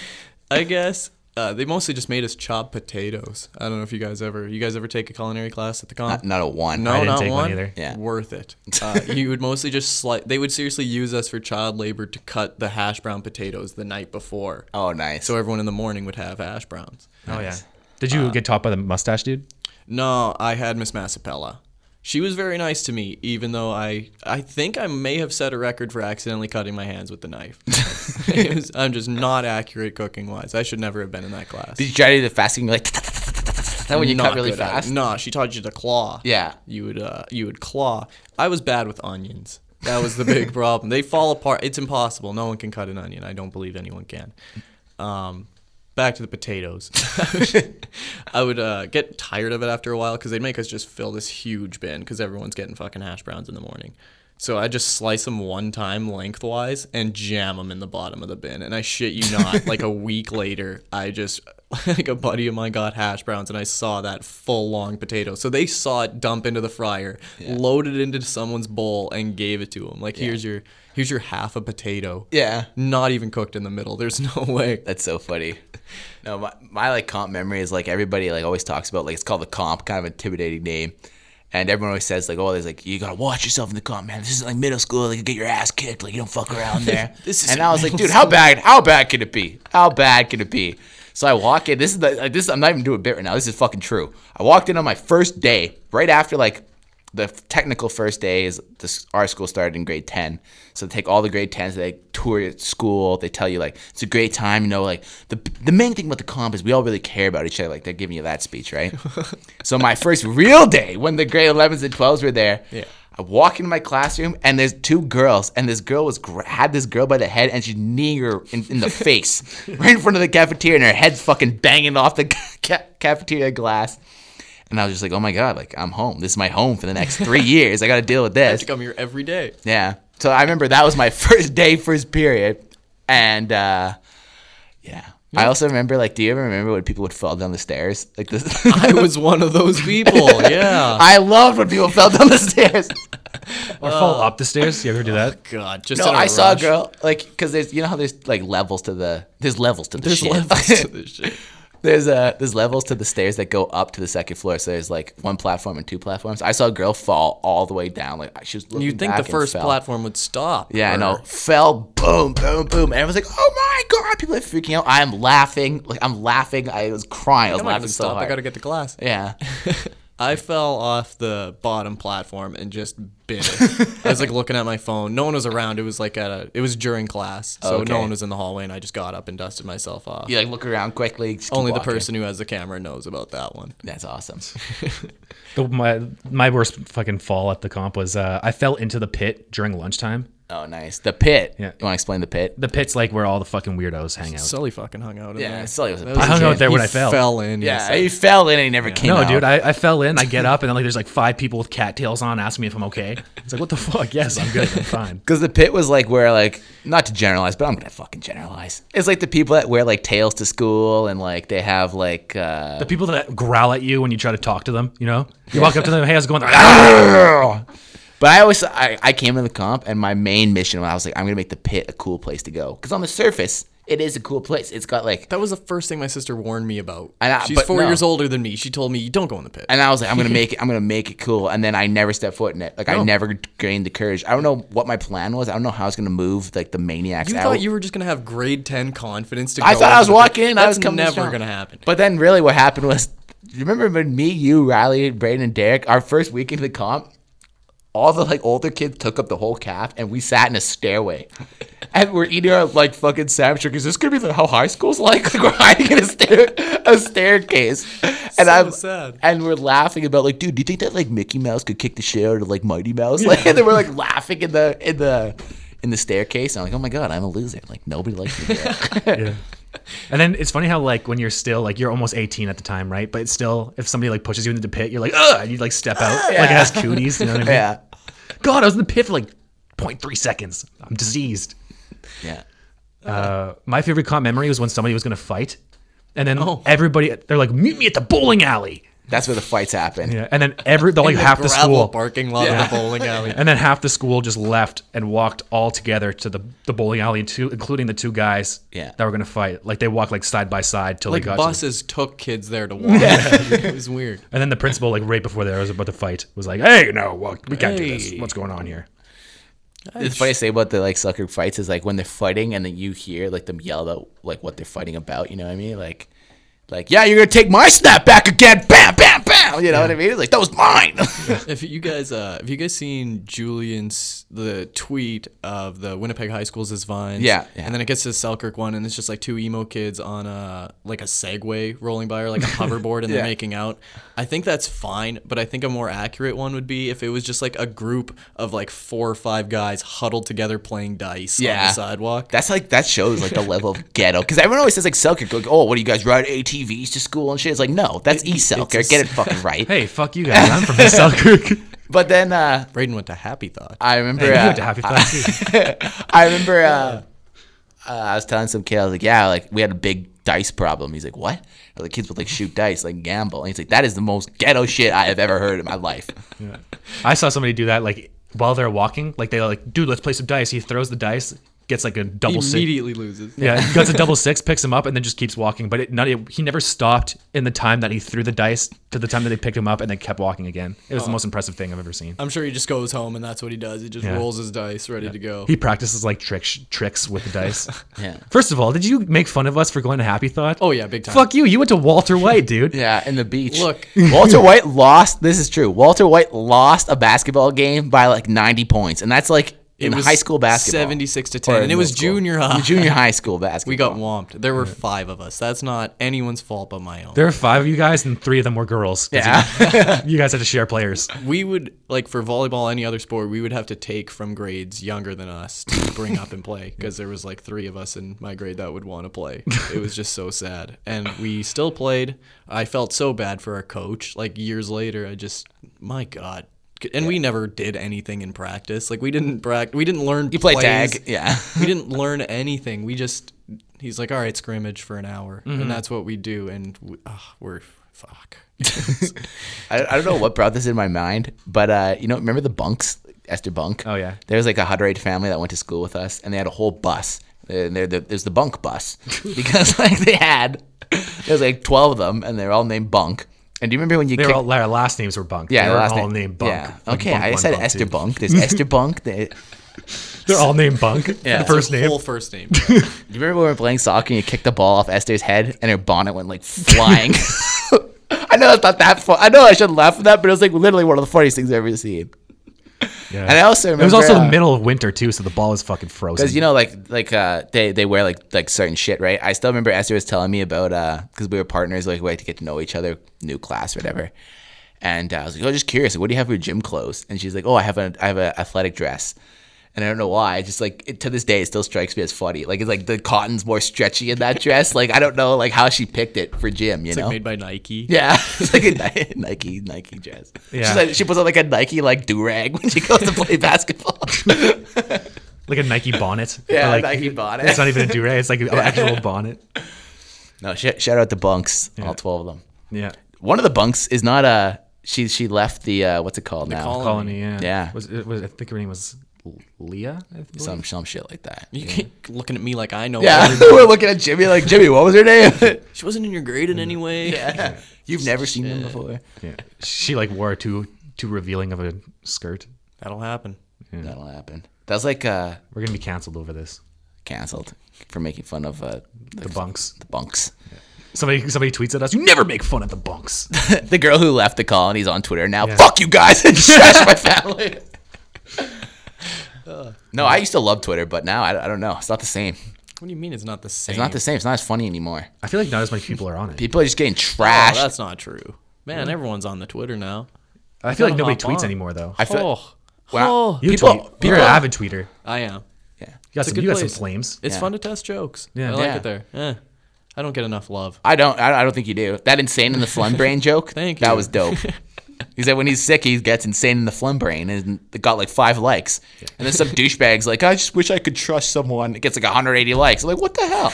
I guess. Uh, they mostly just made us chop potatoes. I don't know if you guys ever you guys ever take a culinary class at the
Not,
comp.
Uh, not a one.
no,
I didn't
not
take one
one.
either.
Yeah.
Worth it. Uh, you would mostly just slice. They would seriously use us for child labor to cut the hash brown potatoes the night before,
Oh, nice.
so everyone in the morning would have hash browns.
Oh yeah. Did
Uh,
you get taught by the mustache dude?
No, I had Miss Massapella. She was very nice to me, even though I I think I may have set a record for accidentally cutting my hands with the knife. It was- I'm just not accurate cooking wise. I should never have been in that class.
Did you try to do the fasting like that when you cut really fast?
No, she taught you to claw.
Yeah.
you would uh, you would claw. I was bad with onions. That was the big problem. They fall apart. It's impossible. No one can cut an onion. I don't believe anyone can. Um, back to the potatoes. I would uh, get tired of it after a while because they'd make us just fill this huge bin because everyone's getting fucking hash browns in the morning. So I just slice them one time lengthwise and jam them in the bottom of the bin. And I shit you not, like a week later, I just like a buddy of mine got hash browns and I saw that full long potato. So they saw it dump into the fryer, loaded it into someone's bowl, and gave it to him. Like here's your here's your half a potato.
Yeah.
Not even cooked in the middle. There's no way.
That's so funny. No, my, my like comp memory is like everybody like always talks about like it's called the comp, kind of intimidating name. And everyone always says like, oh, there's like you gotta watch yourself in the comp, man. This is like middle school, like you get your ass kicked, like you don't fuck around there.
This is
and I was like, dude, how bad? How bad can it be? How bad can it be? So I walk in. This is the, like, this. I'm not even doing a bit right now. This is fucking true. I walked in on my first day, right after like the technical first day is this, our school started in grade 10 so they take all the grade 10s they tour your school they tell you like it's a great time you know like the, the main thing about the comp is we all really care about each other like they're giving you that speech right so my first real day when the grade 11s and 12s were there
Yeah.
I walk into my classroom and there's two girls, and this girl was gra- had this girl by the head, and she's kneeing her in, in the face, right in front of the cafeteria, and her head's fucking banging off the ca- cafeteria glass. And I was just like, oh my god, like I'm home. This is my home for the next three years. I got to deal with
I have
this.
to come here every day.
Yeah. So I remember that was my first day, first period, and uh, yeah. I also remember, like, do you ever remember when people would fall down the stairs? Like this,
I was one of those people. Yeah.
I loved when people fell down the stairs.
Or
uh,
fall up the stairs? You ever do that?
God, just
No,
in a
I saw a
rush.
girl like because there's you know how there's like levels to the there's levels to the
There's
shit.
levels to this shit.
there's uh there's levels to the stairs that go up to the second floor. So there's like one platform and two platforms. I saw a girl fall all the way down. Like she was.
You'd
looking
think the
back and
first
fell.
platform would stop.
Yeah, I
or-
know. Fell, boom, boom, boom. And I was like, oh my god, people are freaking out. I am laughing. Like I'm laughing. I was crying. I was
I'm not
laughing
gonna
so
stop.
hard.
I gotta get the class.
yeah.
I fell off the bottom platform and just bit it. I was like looking at my phone. No one was around. It was like at a. It was during class, so
Okay.
no one was in the hallway, and I just got up and dusted myself off.
You like look around quickly. just keep
Only the
walking.
person who has the camera knows about that one.
That's awesome.
The, my my worst fucking fall at the comp was uh, I fell into the pit during lunchtime.
Oh, nice. The pit.
Yeah.
You want to explain the pit?
The pit's like where all the fucking weirdos hang out.
Sully fucking hung out. In
Yeah,
there.
Sully was a
That
piece
I hung
of
out
shit.
there when
he
I fell.
Fell in.
Yeah,
yes.
he fell in and he never came
No,
out.
dude, I, I fell in. I get up and then like there's like five people with cattails on asking me if I'm okay. It's like what the fuck? Yes, I'm good. I'm fine.
Because the pit was like where like not to generalize, but I'm gonna fucking generalize. It's like the people that wear like tails to school and like they have like uh,
The people that growl at you when you try to talk to them, you know, you walk up to them, hey, how's it going? They're like, "Ah!"
But I always I, I came to the comp and my main mission I was like I'm gonna make the pit a cool place to go because on the surface it is a cool place. It's got like
That was the first thing my sister warned me about.
And I-
She's
but
four
no.
years older than me. She told me, "Don't go in the pit."
and I was like I'm gonna make it I'm gonna make it cool and then I never stepped foot in it. Like I
No.
never gained the courage. I don't know what my plan was. I don't know how I was gonna move like the maniacs
You
out.
thought you were just gonna have grade ten confidence to.
I
go
thought I
into
was
the-
walking in. I was
That's
coming. to
never
strong.
gonna happen.
But then, really, what happened was, you remember when me, you, Riley, Braden, and Derek, our first week in the comp, all the like older kids took up the whole calf, and we sat in a stairway, and we're eating our like fucking sandwich. Is this gonna be like, how high school's like? Like we're hiding in a stair a staircase, and
So
I'm
sad.
and we're laughing about like, dude, do you think that like Mickey Mouse could kick the shit out of like Mighty Mouse? Like, and then we're like laughing in the in the in the staircase. And I'm like, oh my god, I'm a loser. Like nobody likes me.
And then it's funny how like when you're still like you're almost 18 at the time, right? But it's still if somebody like pushes you into the pit, you're like, ugh, and you like step out like it has cooties. You know what I mean?
yeah,
God, I was in the pit for like 0.3 seconds. I'm diseased.
yeah.
Uh, my favorite comp memory was when somebody was gonna fight, and then everybody they're like, meet me at the bowling alley.
That's where the fights happen.
Yeah, and then every the, like
The
half the
gravel
school,
parking lot of the bowling alley.
and then half the school just left and walked all together to the, the bowling alley, too, including the two guys
Yeah.
that were gonna fight. Like they walked like side by side till
Like
they got to
buses took kids there to walk. it was weird.
And then the principal, like right before there was about to fight, was like, "Hey, no, well, we can't do
Hey.
this. What's going on here?"
The funniest thing about the like sucker fights is like when they're fighting and then you hear like them yell out like what they're fighting about. You know what I mean? Like, like yeah, you're gonna take my snap back again. Bam, bam, bam. You know what I mean? Like that was mine.
If you guys, uh, have you guys seen Julian's the tweet of the Winnipeg high schools as vines?
Yeah, yeah.
And then it gets to the Selkirk one, and it's just like two emo kids on a like a Segway rolling by or like a hoverboard, and they're
Yeah.
making out. I think that's fine, but I think a more accurate one would be if it was just like a group of like four or five guys huddled together playing dice on
Yeah.
the sidewalk.
That's like that shows like the level of ghetto because everyone always says like Selkirk like oh what do you guys ride ATVs to school and shit it's like no that's East Selkirk get it fucking right
Hey, fuck you guys! I'm from Selkirk.
but then uh,
Braden went to Happy Thought.
I remember
You
uh,
went to Happy Thought too.
I remember uh, uh, I was telling some kid I was like yeah like we had a big dice problem he's like what the kids would like shoot dice like gamble and he's like that is the most ghetto shit I have ever heard in my life
I saw somebody do that like while they're walking. Like they're like, "Dude, let's play some dice." He throws the dice, gets like a double six.
Immediately loses.
Yeah, he gets a double six, picks him up, and then just keeps walking. But it, not, he never stopped in the time that he threw the dice to the time that they picked him up, and then kept walking again. It was
Oh.
the most impressive thing I've ever seen.
I'm sure he just goes home and that's what he does. He just
Yeah.
rolls his dice, ready to go.
He practices like tricks tricks with the dice.
Oh. Yeah.
First of all, did you make fun of us for going to Happy Thought?
Oh, yeah, big time.
Fuck you! You went to Walter White, dude.
yeah in the beach
Look.
Walter White lost this is true Walter White lost a basketball game by like 90 points and that's like in high school basketball
76 to
Or
10, and it was
middle school.
junior high.
junior high school basketball
We got whomped. There were five of us. That's not anyone's fault but my own.
There were five of you guys, and three of them were girls. 'cause
Yeah.
You, you guys had to share players.
we would like for volleyball, any other sport, we would have to take from grades younger than us to bring up and play because there was like three of us in my grade that would want to play. It was just so sad, and we still played. I felt so bad for our coach. Like years later, I just my god. And we never did anything in practice. Like we didn't practice. We didn't learn.
You play tag. Yeah.
we didn't learn anything. We just he's like, all right, scrimmage for an hour,
Mm-hmm.
and that's what we do. And we, uh, we're fuck.
I, I don't know what brought this in my mind, but uh, you know, remember the bunks, Esther Bunk?
Oh, yeah.
There was like a Hutterite family that went to school with us, and they had a whole bus. And they're the, there's the bunk bus because like they had there was like twelve of them, and they're all named Bunk. And do you remember when you
They were
kicked-
all, their last names were Bunk.
yeah
they
their
were
last
all
name-
named Bunk.
Yeah.
Like
okay,
Bunk
I
one,
said
Bunk
Esther
two.
Bunk. There's Esther Bunk. They,
They're all named Bunk.
Yeah.
The first name.
Whole first name.
do you remember when we were playing soccer and you kicked the ball off Esther's head and her bonnet went like flying? I know that's not that fun. I know I shouldn't laugh at that, but it was like literally one of the funniest things I've ever seen.
Yeah.
And I also remember
it was also
uh,
the middle of winter too, so the ball was fucking frozen.
Because you know, like like uh, they they wear like like certain shit, right? I still remember Esther was telling me about because we were partners, like we had to get to know each other, new class, whatever. And uh, I was like, oh, just curious, like, what do you have for your gym clothes? And she's like, oh, I have an I have an athletic dress. And I don't know why. I Just like it, to this day, it still strikes me as funny. Like it's like the cotton's more stretchy in that dress. Like I don't know, like how she picked it for gym. You
It's
know?
like made by Nike.
yeah, it's like a Ni- Nike Nike dress.
Yeah.
She's like, she puts on like a Nike like do rag when she goes to play basketball.
like a Nike bonnet.
yeah,
Or, like,
Nike bought it.
It's not even a durag. It's like an actual bonnet.
No, sh- shout out the bunks, all twelve of them.
Yeah.
One of the bunks is not a she. She left the uh, what's it called now?
colony.
Colony. Yeah.
Yeah.
Was, it was I think her name was L- Leah. I believe.
Some some shit like that.
You keep looking at me like I know.
Yeah,
every-
we're looking at Jimmy like Jimmy. What was her name?
She wasn't in your grade in any way.
Mm-hmm. yeah, you've never seen them before.
Yeah. She like wore too too revealing of a skirt.
That'll happen.
That'll happen. That's like uh,
We're gonna be canceled over this.
canceled for making fun of uh,
The bunks.
the bunks.
Somebody somebody tweets at us. You never make fun of the bunks.
the girl who left the colonies on Twitter now.
Yeah.
Fuck you guys and trash my family. No, I used to love Twitter, but now I, I don't know. It's not the same.
What do you mean it's not the same?
It's not the same. It's not as funny anymore.
I feel like not as many people are on it.
People are just getting
Oh,
trashed.
that's not true.
Mm-hmm.
Man, everyone's on the Twitter now.
I feel like
gotta
nobody
hop
tweets
on.
anymore though.
I feel.
oh,
Wow.
oh,
You
people-
tweet. You're an
people-
avid tweeter. You
I am.
yeah.
got
It's a
some.
good
You got some
place.
flames.
It's
Yeah.
fun to test jokes.
Yeah.
I like
Yeah.
it there. Eh, I don't get enough love.
I don't. I I don't think you do. That insane in the flun brain joke.
Thank
That
you.
was dope. He said when he's sick, he gets insane in the flun brain, and it got like five likes. And then some douchebags like, I just wish I could trust someone. It gets like 180 likes. I'm like, what the hell?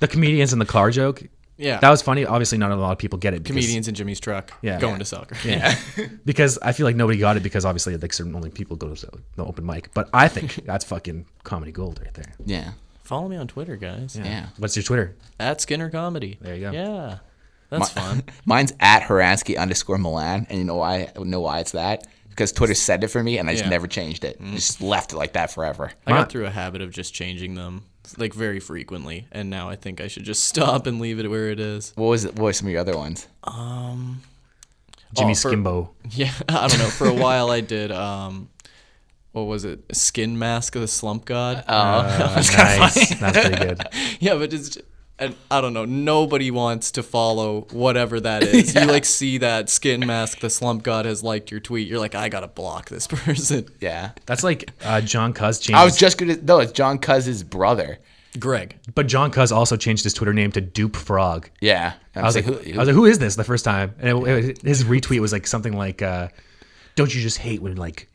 The comedians in the car joke.
Yeah.
That was funny. Obviously, not a lot of people get it. because-
Comedians in Jimmy's truck
Yeah.
going
Yeah.
to soccer.
Yeah. because I feel like nobody got it because obviously like certain only people go to the open mic. But I think that's fucking comedy gold right there.
Yeah.
Follow me on Twitter, guys.
Yeah.
What's your Twitter?
At Skinner Comedy.
There you go.
Yeah. That's fun.
Mine's at Haransky underscore Milan, and you know why? I know why it's that? Because Twitter said it for me, and I just
Yeah.
never changed it. Just left it like that forever.
I
My-
got through a habit of just changing them like very frequently, and now I think I should just stop and leave it where it is.
What was it? What were some of your other ones?
Jimmy
Oh,
for-
Skimbo.
Yeah, I don't know. For a while, I did. Um, what was it? Skin mask of the slump god.
Oh.
Uh,
Uh, nice. That's pretty good.
yeah, but it's. And I don't know. Nobody wants to follow whatever that is. You like see that skin mask, the slump god has liked your tweet. You're like, I gotta block this person.
Yeah.
That's like uh, John Cuz changed.
I was just gonna. No, it's John Cuz's brother.
Greg,
but John Cuz also changed his Twitter name to Dupe Frog.
Yeah.
I was like, I was like, who is this? The first time, and it, it- his retweet was like something like, uh, "Don't you just hate when like,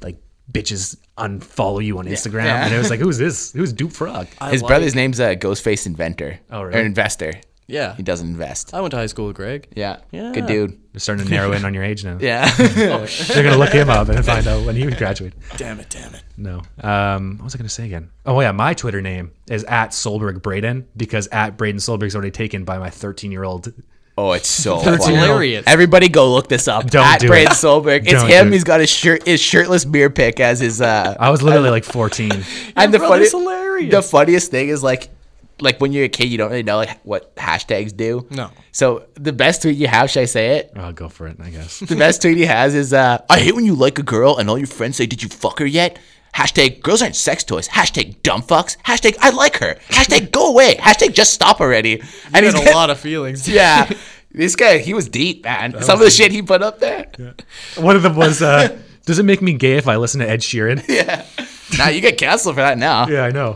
like bitches unfollow you on Instagram?"
Yeah.
And it was like, "Who's this? Who's Dupe Frog?"
I
His
like-
brother's name's a Ghostface Inventor.
Oh,
Or
really?
investor.
Yeah,
He doesn't invest.
I went to high school with Greg.
Yeah.
Yeah.
Good dude.
You're starting to narrow in on your age now.
Yeah.
They're gonna look him up and find out when he would graduate.
Damn it, damn it.
No. Um, what was I gonna say again? Oh yeah, my Twitter name is at Solberg Braden because at Braden Solberg's already taken by my 13 year old.
oh, it's so
That's
funny.
hilarious.
Everybody go look this up.
Don't
At
do it.
Brad Solberg. It's
Don't do
him.
it.
He's got his shirt his shirtless beer pick as his uh
I was literally like 14.
and the
brother's
funniest
hilarious.
the funniest thing is like like when you're a kid you don't really know like what hashtags do.
No.
So the best tweet you have, should I say it?
I'll go for it, I guess.
The best tweet he has is uh I hate when you like a girl and all your friends say, Did you fuck her yet? Hashtag girls aren't sex toys. Hashtag dumb fucks. Hashtag I like her. Hashtag go away. Hashtag just stop already. And
I
he's
had a
got-
lot of feelings.
Yeah. This guy, he was deep, man. Some of the shit he put up there.
One of them was, uh, "Does it make me gay if I listen to Ed Sheeran?"
Now you get canceled for that now.
Yeah, I know.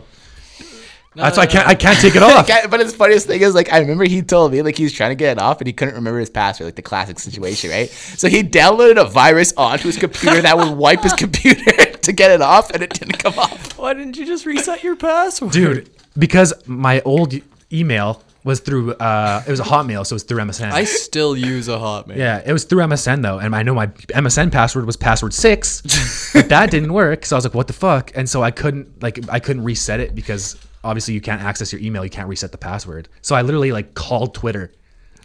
That's why I can't. I can't take it off.
Guy- But his funniest thing is like I remember he told me like he was trying to get it off and he couldn't remember his password, like the classic situation, right? So he downloaded a virus onto his computer that would wipe his computer to get it off, and it didn't come off.
Why didn't you just reset your password?
dude. Because my old email was through. Uh, it was a Hotmail, so it was through MSN.
I still use a Hotmail.
yeah, it was through MSN though, and I know my MSN password was password six, but that didn't work. So I was like, "What the fuck?" And so I couldn't like I couldn't reset it because obviously you can't access your email, you can't reset the password. So I literally like called Twitter,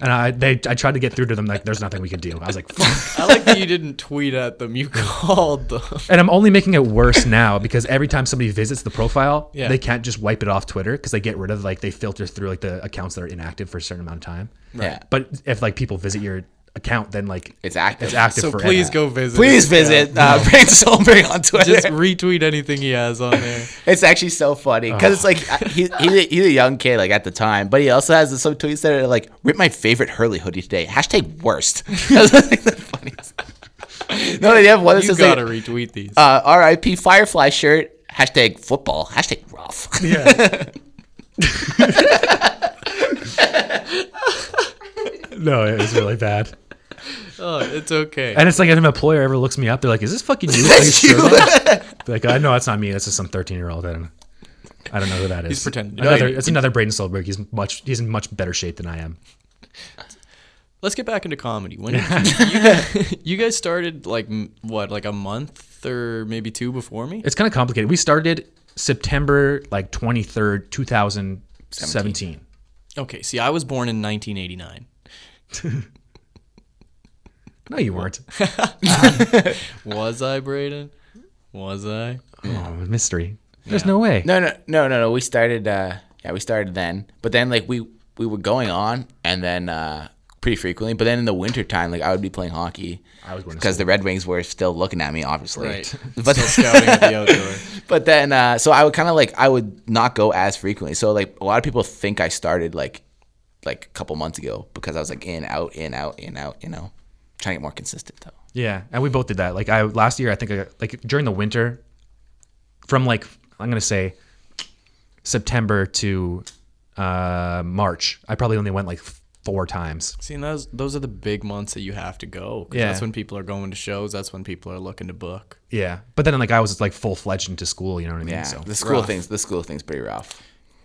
and I they I tried to get through to them like, "There's nothing we can do." I was like, "Fuck."
I like that you didn't tweet at them. You called them.
And I'm only making it worse now because every time somebody visits the profile,
Yeah.
they can't just wipe it off Twitter because they get rid of like they filter through like the accounts that are inactive for a certain amount of time.
Yeah.
But if like people visit your account, then like
It's active.
it's active.
So
forever.
please go visit.
Please
it.
visit uh, Brandon Solberg on Twitter.
Just retweet anything he has on there.
It's actually so funny because it's like I- he, he's, a, he's a young kid like at the time, but he also has some tweets that are like "rip my favorite Hurley hoodie today." Hashtag worst. That's like the funniest. No, they have one that
You
says
gotta
like,
retweet these.
uh, "R.I.P. Firefly shirt." Hashtag football. Hashtag rough.
No, it was really bad.
oh, it's okay.
And it's like if an employer ever looks me up, they're like, "Is this fucking you?" Are you sure?" Be like, I know it's not me. That's just some 13 year old. I don't. know. I don't know who that is.
He's pretending. No,
Another,
he-
it's another Braden Solberg. He's much. He's in much better shape than I am.
Let's get back into comedy. When did you, you, guys, you guys started like m- what, like a month or maybe two before me?
It's kind of complicated. We started September like 23rd, 2017.
Okay. See, I was born in 1989.
No, you weren't.
Was I, Braden? Was I?
Oh, mystery. There's no way.
No, no, no, no, no. We started. Uh, yeah, we started then. But then, like, we we were going on, and then uh, pretty frequently. But then in the wintertime, like I would be playing hockey
I was going to
because the Red Wings were still looking at me, obviously.
Right.
But
Still scouting at the outdoor.
but then uh, so I would kind of like I would not go as frequently. So like a lot of people think I started like like a couple months ago because I was like in out in out in out you know trying to get more consistent though.
Yeah, and we both did that. Like I last year, I think I, like during the winter, from like I'm gonna say September to uh, March, I probably only went like four times.
See, and those those are the big months that you have to go. 'cause
Yeah.
That's when people are going to shows. That's when people are looking to book.
Yeah, but then like I was like full fledged into school. You know what I mean?
Yeah,
So
the school things the school things pretty rough.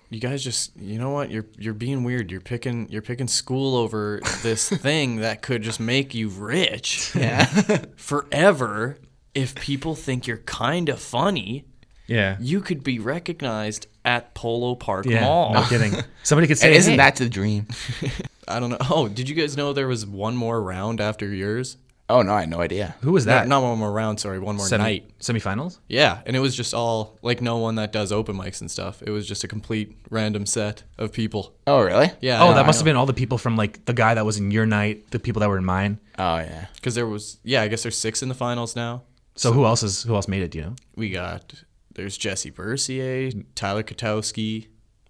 You guys just, you know what? You're you're being weird. You're picking you're picking school over this thing that could just make you rich forever. If people think you're kind of funny,
yeah,
you could be recognized at Polo Park
yeah.
Mall.
No kidding. Somebody could say,
And isn't
"Hey."
that the dream?
I don't know. Oh, did you guys know there was one more round after yours?
Oh no, I had no idea.
who was that?"
Not one more round. Sorry, one more
Semi-
night.
semifinals.
Yeah, and it was just all like no one that does open mics and stuff. It was just a complete random set of people.
Oh really?
Yeah.
Oh, that must have been all the people from like the guy that was in your night, the people that were in mine.
Oh yeah.
because there was yeah. I guess there's six in the finals now.
So, who else is who else made it? Do you know?
We got there's Jesse Bercier, Tyler Katowski,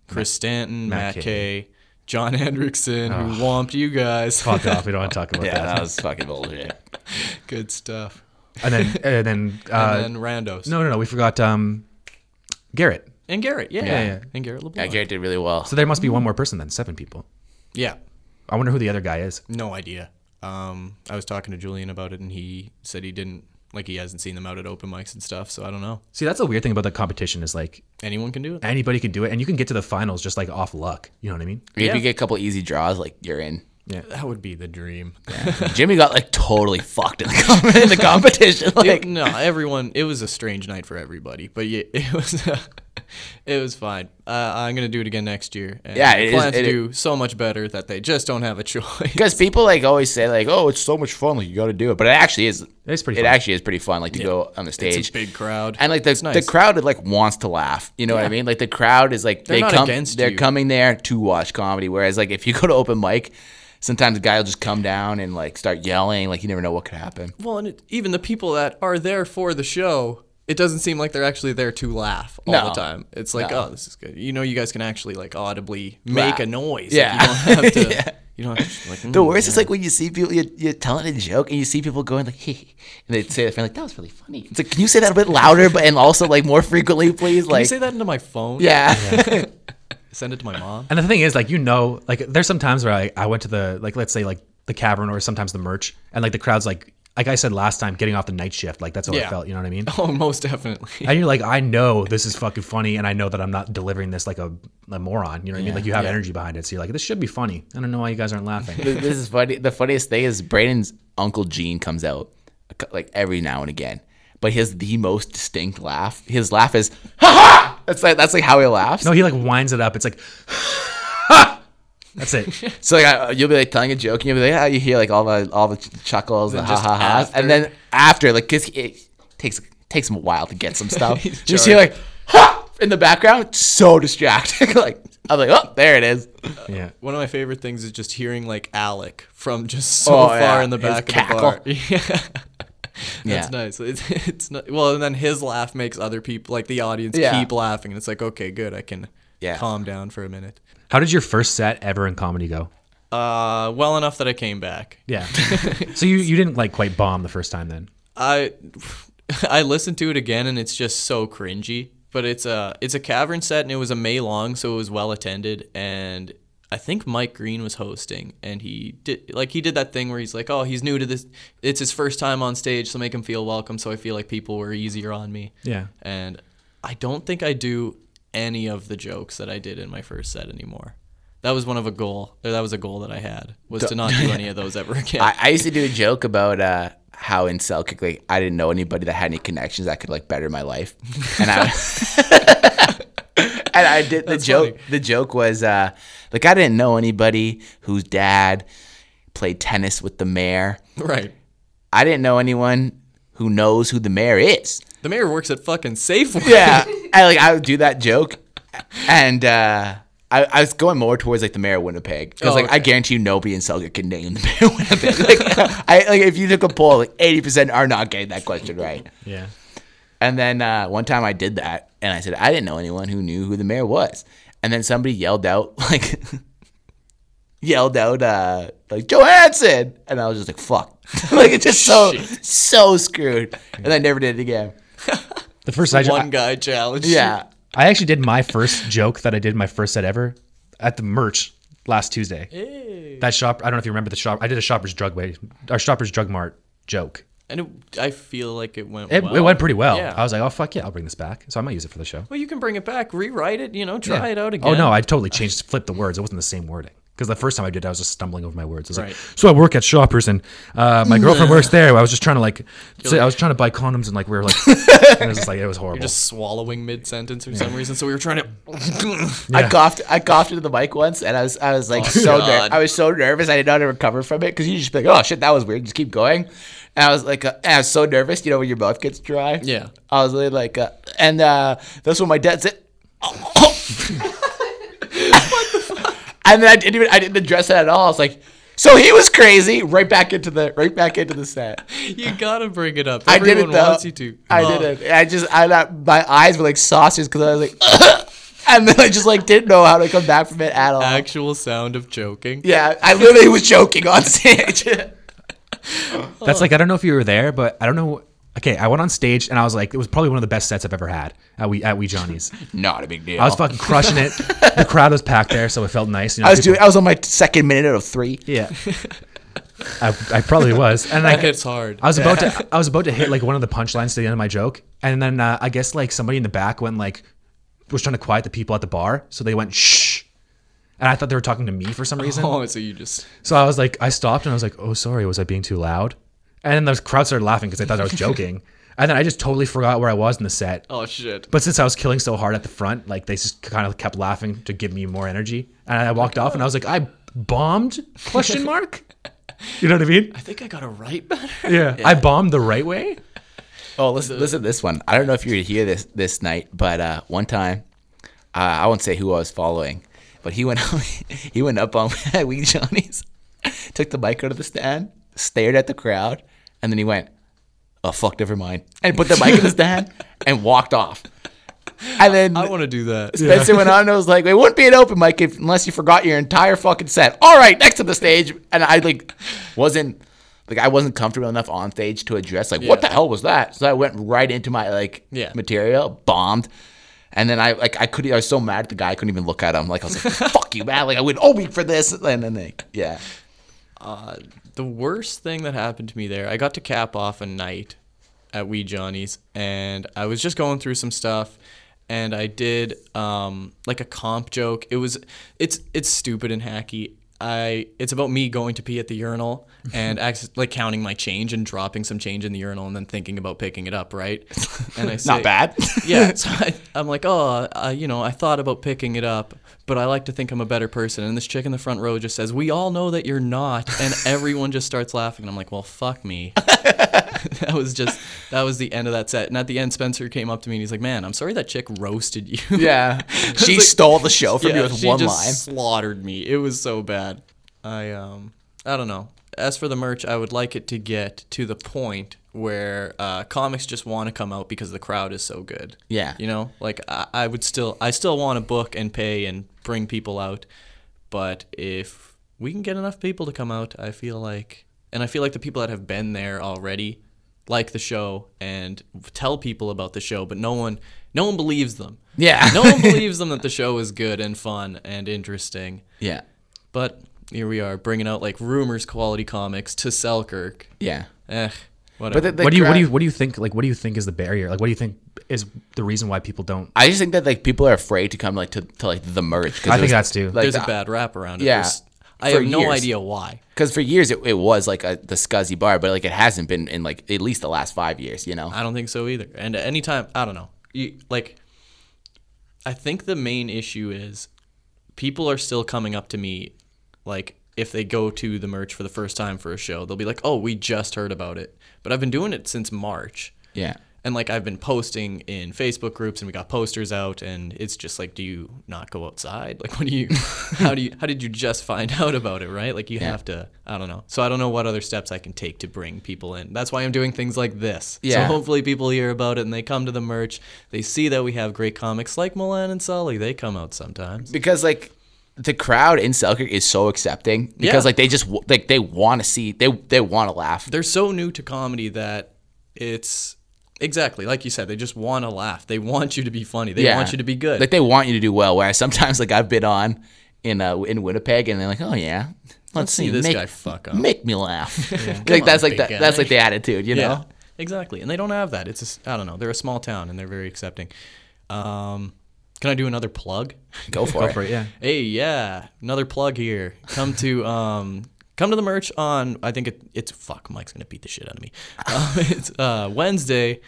Chris Stanton,
Matt
Matt,
Kay.
Kay, John Hendrickson, who whomped you guys.
Fuck off. We don't want to talk about
Yeah,
that.
that was fucking bullshit.
Good stuff.
And then and then uh,
And then Randos.
No, no, no. We forgot um, Garrett.
And Garrett. Yeah.
Yeah, yeah.
And Garrett
Yeah,
LeBlanc.
Garrett did really well.
So there must be one more person then. Seven people.
yeah.
I wonder who the other guy is.
No idea. Um, I was talking to Julian about it, and he said he didn't like he hasn't seen them out at open mics and stuff. So I don't know.
See, that's the weird thing about the competition is like
Anyone can do it.
anybody can do it, and you can get to the finals just like off luck. You know what I mean?
If
Yeah.
you get a couple easy draws, like you're in.
That would be the dream.
Jimmy got like totally fucked in the, com- in the competition. Like,
no, everyone. It was a strange night for everybody, but yeah, it was. it was fine. Uh, I'm gonna do it again next year. And
Yeah,
I
it
plan
is-
to
it-
do so much better that they just don't have a choice.
Because people like always say like, "Oh, it's so much fun! Like you got to do it," but it actually is.
It's pretty
It
fun.
actually is pretty fun. Like to go on the stage,
It's a big crowd.
and like the
It's nice.
the crowd like wants to laugh. You know what I mean? Like the crowd is like
They're
they
not
come,
against
they're
you.
coming there to watch comedy. Whereas like if you go to open mic, sometimes a guy will just come down and like start yelling. Like you never know what could happen.
well, and it, even the people that are there for the show. It doesn't seem like they're actually there to laugh all
No.
the time. It's like,
No.
oh, this is good. You know, you guys can actually like audibly make
Laugh.
a noise. Like,
Yeah.
you don't have to. You don't have to. just, Like,
The
mm,
worst is like when you see people, you, you're telling a joke and you see people going like, hey, and they say to their friend like, that was really funny. It's like, can you say that a bit louder, but and also like more frequently, please?
Can you
like,
say that into my phone?
yeah.
Send it to my mom.
And the thing is, like you know, like there's some times where I, I went to the like let's say like the cavern or sometimes the merch, and like the crowd's like like I said last time, getting off the night shift, like that's how I
Yeah.
felt. You know what I mean?
Oh, most definitely.
And you're like, I know this is fucking funny, and I know that I'm not delivering this like a, a moron. You know what I mean? Like you have energy behind it, so you're like, this should be funny. I don't know why you guys aren't laughing.
Th- this is funny. The funniest thing is Braden's uncle Gene comes out a cou- like every now and again, but he has the most distinct laugh. His laugh is ha ha. That's like that's like how he laughs.
No, he like winds it up. It's like, that's it.
So like I, you'll be like telling a joke, and you'll be like, ah, you hear like all the all the ch- chuckles, the ha
just
ha ha,
after-
and then after like because it takes takes him a while to get some stuff. you just
jarred.
hear like ha in the background, so distracting. like I'm like, oh, there it is.
Yeah.
One of my favorite things is just hearing like Alec from just so
Oh,
far
yeah.
in the
His
back
cackle.
of the bar. Yeah.
Yeah.
That's nice. It's, it's not, well, and then his laugh makes other people, like the audience,
Yeah.
keep laughing. And it's like, okay, good. I can
Yeah.
calm down for a minute.
How did your first set ever in comedy go?
Uh, well enough that I came back.
Yeah. so you you didn't like quite bomb the first time then.
I I listened to it again and it's just so cringy. But it's a it's a cavern set and it was a May long, so it was well attended. And I think Mike Green was hosting, and he did like he did that thing where he's like, "Oh, he's new to this. It's his first time on stage, so make him feel welcome." So I feel like people were easier on me.
Yeah.
And I don't think I do any of the jokes that I did in my first set anymore. That was one of a goal. Or that was a goal that I had was to not do any of those ever again.
I, I used to do a joke about uh, how in Selkirk, like I didn't know anybody that had any connections that could like better my life, and I and I did the joke. The joke was uh, like I didn't know anybody whose dad played tennis with the mayor.
right.
I didn't know anyone who knows who the mayor is.
The mayor works at fucking Safeway.
Yeah, I like I would do that joke, and uh, I, I was going more towards like the mayor of Winnipeg because
Oh,
like I
okay.
guarantee you nobody in Selga can name the mayor of Winnipeg. like, I, like if you took a poll, like eighty percent are not getting that question right.
Yeah.
And then uh, one time I did that, and I said I didn't know anyone who knew who the mayor was. And then somebody yelled out like, yelled out uh, like Johansson, and I was just like fuck, like it's just so so screwed. And I never did it again.
The first I,
One guy challenge.
Yeah,
I actually did my first joke that I did my first set ever at the merch last Tuesday. That shop, I don't know if you remember the shop. I did a shopper's drug way, our shopper's drug mart joke.
And it, I feel like it went
It,
well.
it went pretty well.
Yeah.
I was like, oh fuck yeah, I'll bring this back. So I might use it for the show.
well, you can bring it back, rewrite it, you know, try it out again.
Oh no, I totally changed, flipped the words. It wasn't the same wording. Because the first time I did, it, I was just stumbling over my words. I was
Right.
like, "So I work at Shoppers, and uh, my girlfriend works there." I was just trying to like, say, I was trying to buy condoms, and like we were like, it was just like it was horrible.
Just swallowing mid sentence for some reason. So we were trying to.
I coughed. I coughed into the mic once, and I was I was like so ner-
Oh, God.
I was so nervous. I did not recover from it because you just be like, oh shit, that was weird. Just keep going. And I was like, uh, and I was so nervous. You know when your mouth gets dry.
Yeah.
I was really like, uh, and uh, that's when my dad said. And then I didn't even I didn't address that at all. I was like, so he was crazy. Right back into the right back into the set.
you gotta bring it up.
I did it
Everyone
though.
wants you to.
I
Oh.
did it. I just I not, my eyes were like saucers because I was like, and then I just like didn't know how to come back from it at all.
Actual sound of joking.
Yeah, I literally was joking on stage.
That's like I don't know if you were there, but I don't know. Okay, I went on stage and I was like, it was probably one of the best sets I've ever had at we at we Johnny's.
Not a big deal.
I was fucking crushing it. The crowd was packed there, so it felt nice. You know,
I was
people-
doing. I was on my second minute out of three.
yeah. I, I probably was, and I,
It's hard.
I was about to I was about to hit like one of the punchlines to the end of my joke, and then uh, I guess like somebody in the back went like was trying to quiet the people at the bar, so they went shh, and I thought they were talking to me for some reason.
oh, so you just.
So I was like, I stopped and I was like, oh sorry, was I being too loud? And then the crowd started laughing because they thought I was joking, and then I just totally forgot where I was in the set.
Oh shit.
But since I was killing so hard at the front, like they just kind of kept laughing to give me more energy, and I walked off and I was like, I bombed? Question mark. You know what I mean?
I think I got to write better.
Yeah. I bombed the right way.
Oh, listen, listen to this one. I don't know if you were here this this night, but uh, one time, uh, I won't say who I was following, but he went he went up on Wee Johnny's, took the mic out of the stand, stared at the crowd, and then he went, "Oh fuck, never mind," and put the mic in the stand and walked off. And then
I want to do that.
Spencer went on and was like, it wouldn't be an open mic if, unless you forgot your entire fucking set. All right, next to the stage. And I like wasn't like I wasn't comfortable enough on stage to address like what the
Yeah.
hell was that? So I went right into my like
Yeah.
material, bombed. And then I like I couldn't I was so mad at the guy I couldn't even look at him. Like I was like, fuck you, man. Like I went all week for this. And then like, yeah.
The worst thing that happened to me there, I got to cap off a night at Wee Johnny's, and I was just going through some stuff, and I did um, like a comp joke. It was it's it's stupid and hacky. I it's about me going to pee at the urinal and acc- like counting my change and dropping some change in the urinal and then thinking about picking it up, right? And I say,
Not bad.
yeah, so I, I'm like, oh, uh, you know, I thought about picking it up, but I like to think I'm a better person. And this chick in the front row just says, "We all know that you're not," and everyone just starts laughing. And I'm like, well, fuck me. that was just that was the end of that set. And at the end, Spencer came up to me and he's like, "Man, I'm sorry that chick roasted you."
yeah. She
like-
stole the show from you with
she
one
just
line.
slaughtered me. It was so bad. I um, I don't know. As for the merch, I would like it to get to the point where uh, comics just want to come out because the crowd is so good.
Yeah.
you know, like I, I would still, I still want to book and pay and bring people out, but if we can get enough people to come out, I feel like, and I feel like the people that have been there already like the show and tell people about the show, but no one, no one believes them.
Yeah.
no one believes them that the show is good and fun and interesting.
Yeah.
But here we are bringing out like rumors quality comics to Selkirk.
Yeah.
Eh,
But
whatever.
the, the
what do you what do you
crowd-
what do you think like what do you think is the barrier like what do you think is the reason why people don't
I just think that like people are afraid to come like to, to like the merch.
I think that's too.
Like,
There's
the-
a bad rap around it.
yeah,
There's- I
for
have no
years.
idea why.
Because for years it, it was like a, the scuzzy bar, but like it hasn't been in like at least the last five years, you know?
I don't think so either. And at any time, I don't know. You, like, I think the main issue is people are still coming up to me, like, if they go to the merch for the first time for a show, they'll be like, oh, we just heard about it. But I've been doing it since March.
Yeah.
And like I've been posting in Facebook groups and we got posters out and it's just like do you not go outside? Like what do you how do you how did you just find out about it, right? Like you have to I don't know. So I don't know what other steps I can take to bring people in. That's why I'm doing things like this.
Yeah.
So hopefully people hear about it and they come to the merch. They see that we have great comics like Milan and Sully. They come out sometimes.
because like the crowd in Selkirk is so accepting because
Yeah.
like they just w- like they want to see they they want to laugh.
they're so new to comedy that it's exactly like you said they just want to laugh they want you to be funny they want you to be good
Like they want you to do well. Whereas sometimes like I've been on in uh, in Winnipeg and they're like, oh yeah, let's,
see this
make,
guy fuck up."
make me laugh. like
Come
that's
on,
like
big
the, that's
guy.
like the attitude, you know.
yeah exactly and they don't have that it's just, i don't know they're a small town and they're very accepting um can i do another plug
Go for
Go
it.
for it, yeah.
hey yeah another plug here come to um come to the merch on i think it, it's fuck mike's gonna beat the shit out of me um, it's uh wednesday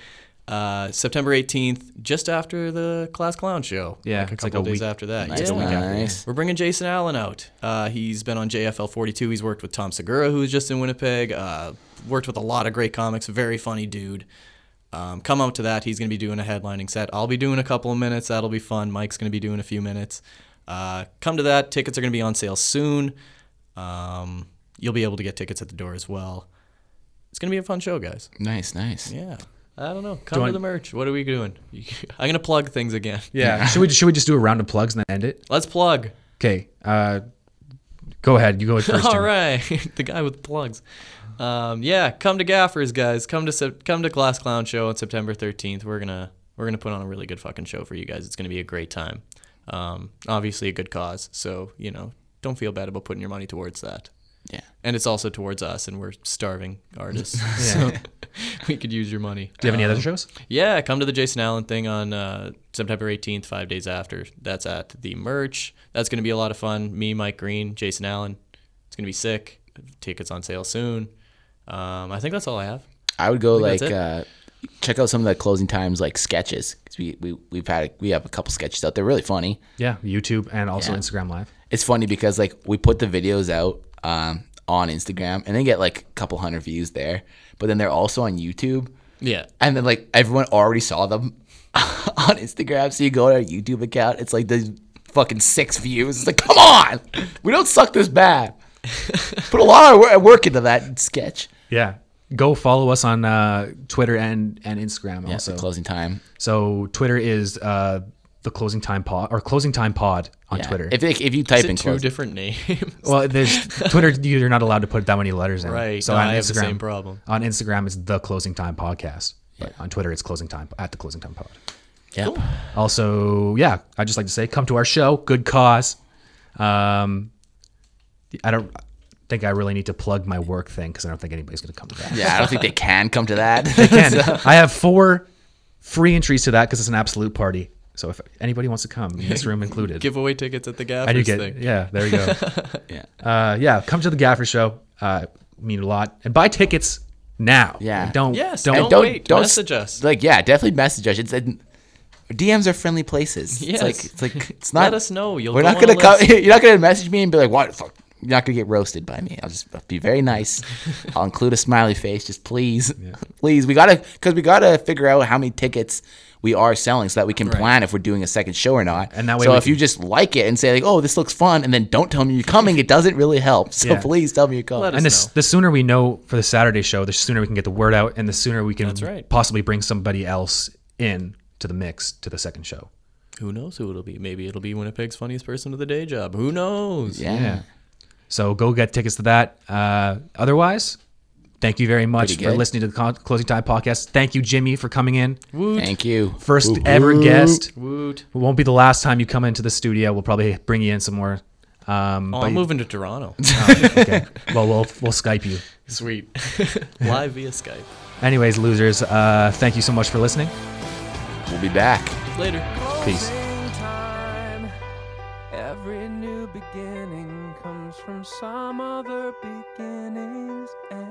uh september 18th just after the class clown show
Yeah,
like a
it's like
couple
a
days
week-
after that
Nice.
yeah.
nice.
We're bringing Jason Allen out. Uh, he's been on JFL 42. He's worked with Tom Segura, who was just in Winnipeg. Uh, worked with a lot of great comics. Very funny dude. Um, come out to that. He's going to be doing a headlining set. I'll be doing a couple of minutes. That'll be fun. Mike's going to be doing a few minutes. Uh, come to that. Tickets are going to be on sale soon. Um, you'll be able to get tickets at the door as well. It's going to be a fun show, guys.
Nice, nice.
Yeah. I don't know. Come
Do I-
to the merch. What are we doing? I'm going to plug things again.
Yeah. should we should we just do a round of plugs and then end it?
Let's plug.
Okay. Uh, go ahead. You go first.
All
Jim.
right, the guy with the plugs. Um, yeah, come to Gaffers, guys. Come to Sep- come to Glass Clown Show on September 13th. We're gonna we're gonna put on a really good fucking show for you guys. It's gonna be a great time. Um, obviously a good cause, so you know don't feel bad about putting your money towards that.
Yeah.
And it's also towards us, and we're starving artists, so we could use your money.
Do you have any other shows?
Yeah, come to the Jason Allen thing on uh, September 18th, five days after. That's at the merch. That's going to be a lot of fun. Me, Mike Green, Jason Allen. It's going to be sick. Tickets on sale soon. Um, I think that's all I have.
I would go
think
like
that's
uh, check out some of the closing times like sketches because we we we've had we have a couple sketches out there really funny.
Yeah, YouTube and also
Yeah.
Instagram Live.
It's funny because like we put the videos out um, on Instagram and they get like a couple hundred views there, but then they're also on YouTube
Yeah.
and then like everyone already saw them on Instagram. So you go to our YouTube account, it's like the fucking six views. It's like come on, we don't suck this bad. Put a lot of wor- work into that sketch.
Yeah. Go follow us on uh, Twitter and and Instagram
That's
also.
the closing time.
so Twitter is uh, the closing time pod or closing time pod on
Yeah.
Twitter.
If if you type
Is
in
it two
closing.
different names?
well, there's Twitter. You're not allowed to put that many letters in.
Right. No, I have the same problem.
On Instagram, it's the closing time podcast. But on Twitter, it's closing time at the closing time pod.
Yep.
Also, yeah, I just like to say, come to our show. Good cause. Um, I don't think I really need to plug my work thing because I don't think anybody's going to come to that.
Yeah, I don't think they can come to that.
Again, I have four free entries to that because it's an absolute party. So if anybody wants to come, this room included,
Giveaway tickets at the Gaffers
I do get.
thing.
Yeah, there you go.
yeah.
uh, yeah, come to the Gaffer Show. Uh, mean a lot, and buy tickets now.
Yeah.
don't.
Yes,
don't.
don't-
don't
wait,
don't
message us.
Like yeah, definitely message us. It's it, DMs are friendly places. It's
Yes.
like it's like it's not.
Let us know. You'll
We're
go
not
on a
gonna come.
list.
You're not gonna message me and be like, "What? the Fuck, you're not gonna get roasted by me." I'll just be very nice. I'll include a smiley face. Just please, please. We gotta because we gotta figure out how many tickets we are selling so that we can plan if we're doing a second show or not.
And that way
so
we
if you
can-
just like it and say like, "Oh, this looks fun," and then don't tell me you're coming, it doesn't really help. So
Yeah.
please tell me you're coming.
Let us
And the, s-
know.
the sooner we know for the Saturday show, the sooner we can get the word out, and the sooner we can
right.
possibly bring somebody else in to the mix to the second show.
Who knows who it'll be? Maybe it'll be Winnipeg's funniest person with a day job. Who knows?
yeah.
So go get tickets to that. Uh, otherwise, thank you very much
Pretty
for
good.
listening to the Con- Closing Time podcast. Thank you, Jimmy, for coming in.
Thank you.
First ever guest.
Woot.
It won't be the last time you come into the studio. We'll probably bring you in some more. Um,
Oh,
but
I'm
you-
moving to Toronto.
okay. Well, we'll we'll Skype you.
Sweet. Live via Skype.
Anyways, losers, uh, thank you so much for listening.
We'll be back.
Later.
Peace.
closing time. Every new beginning comes from some other beginning's end.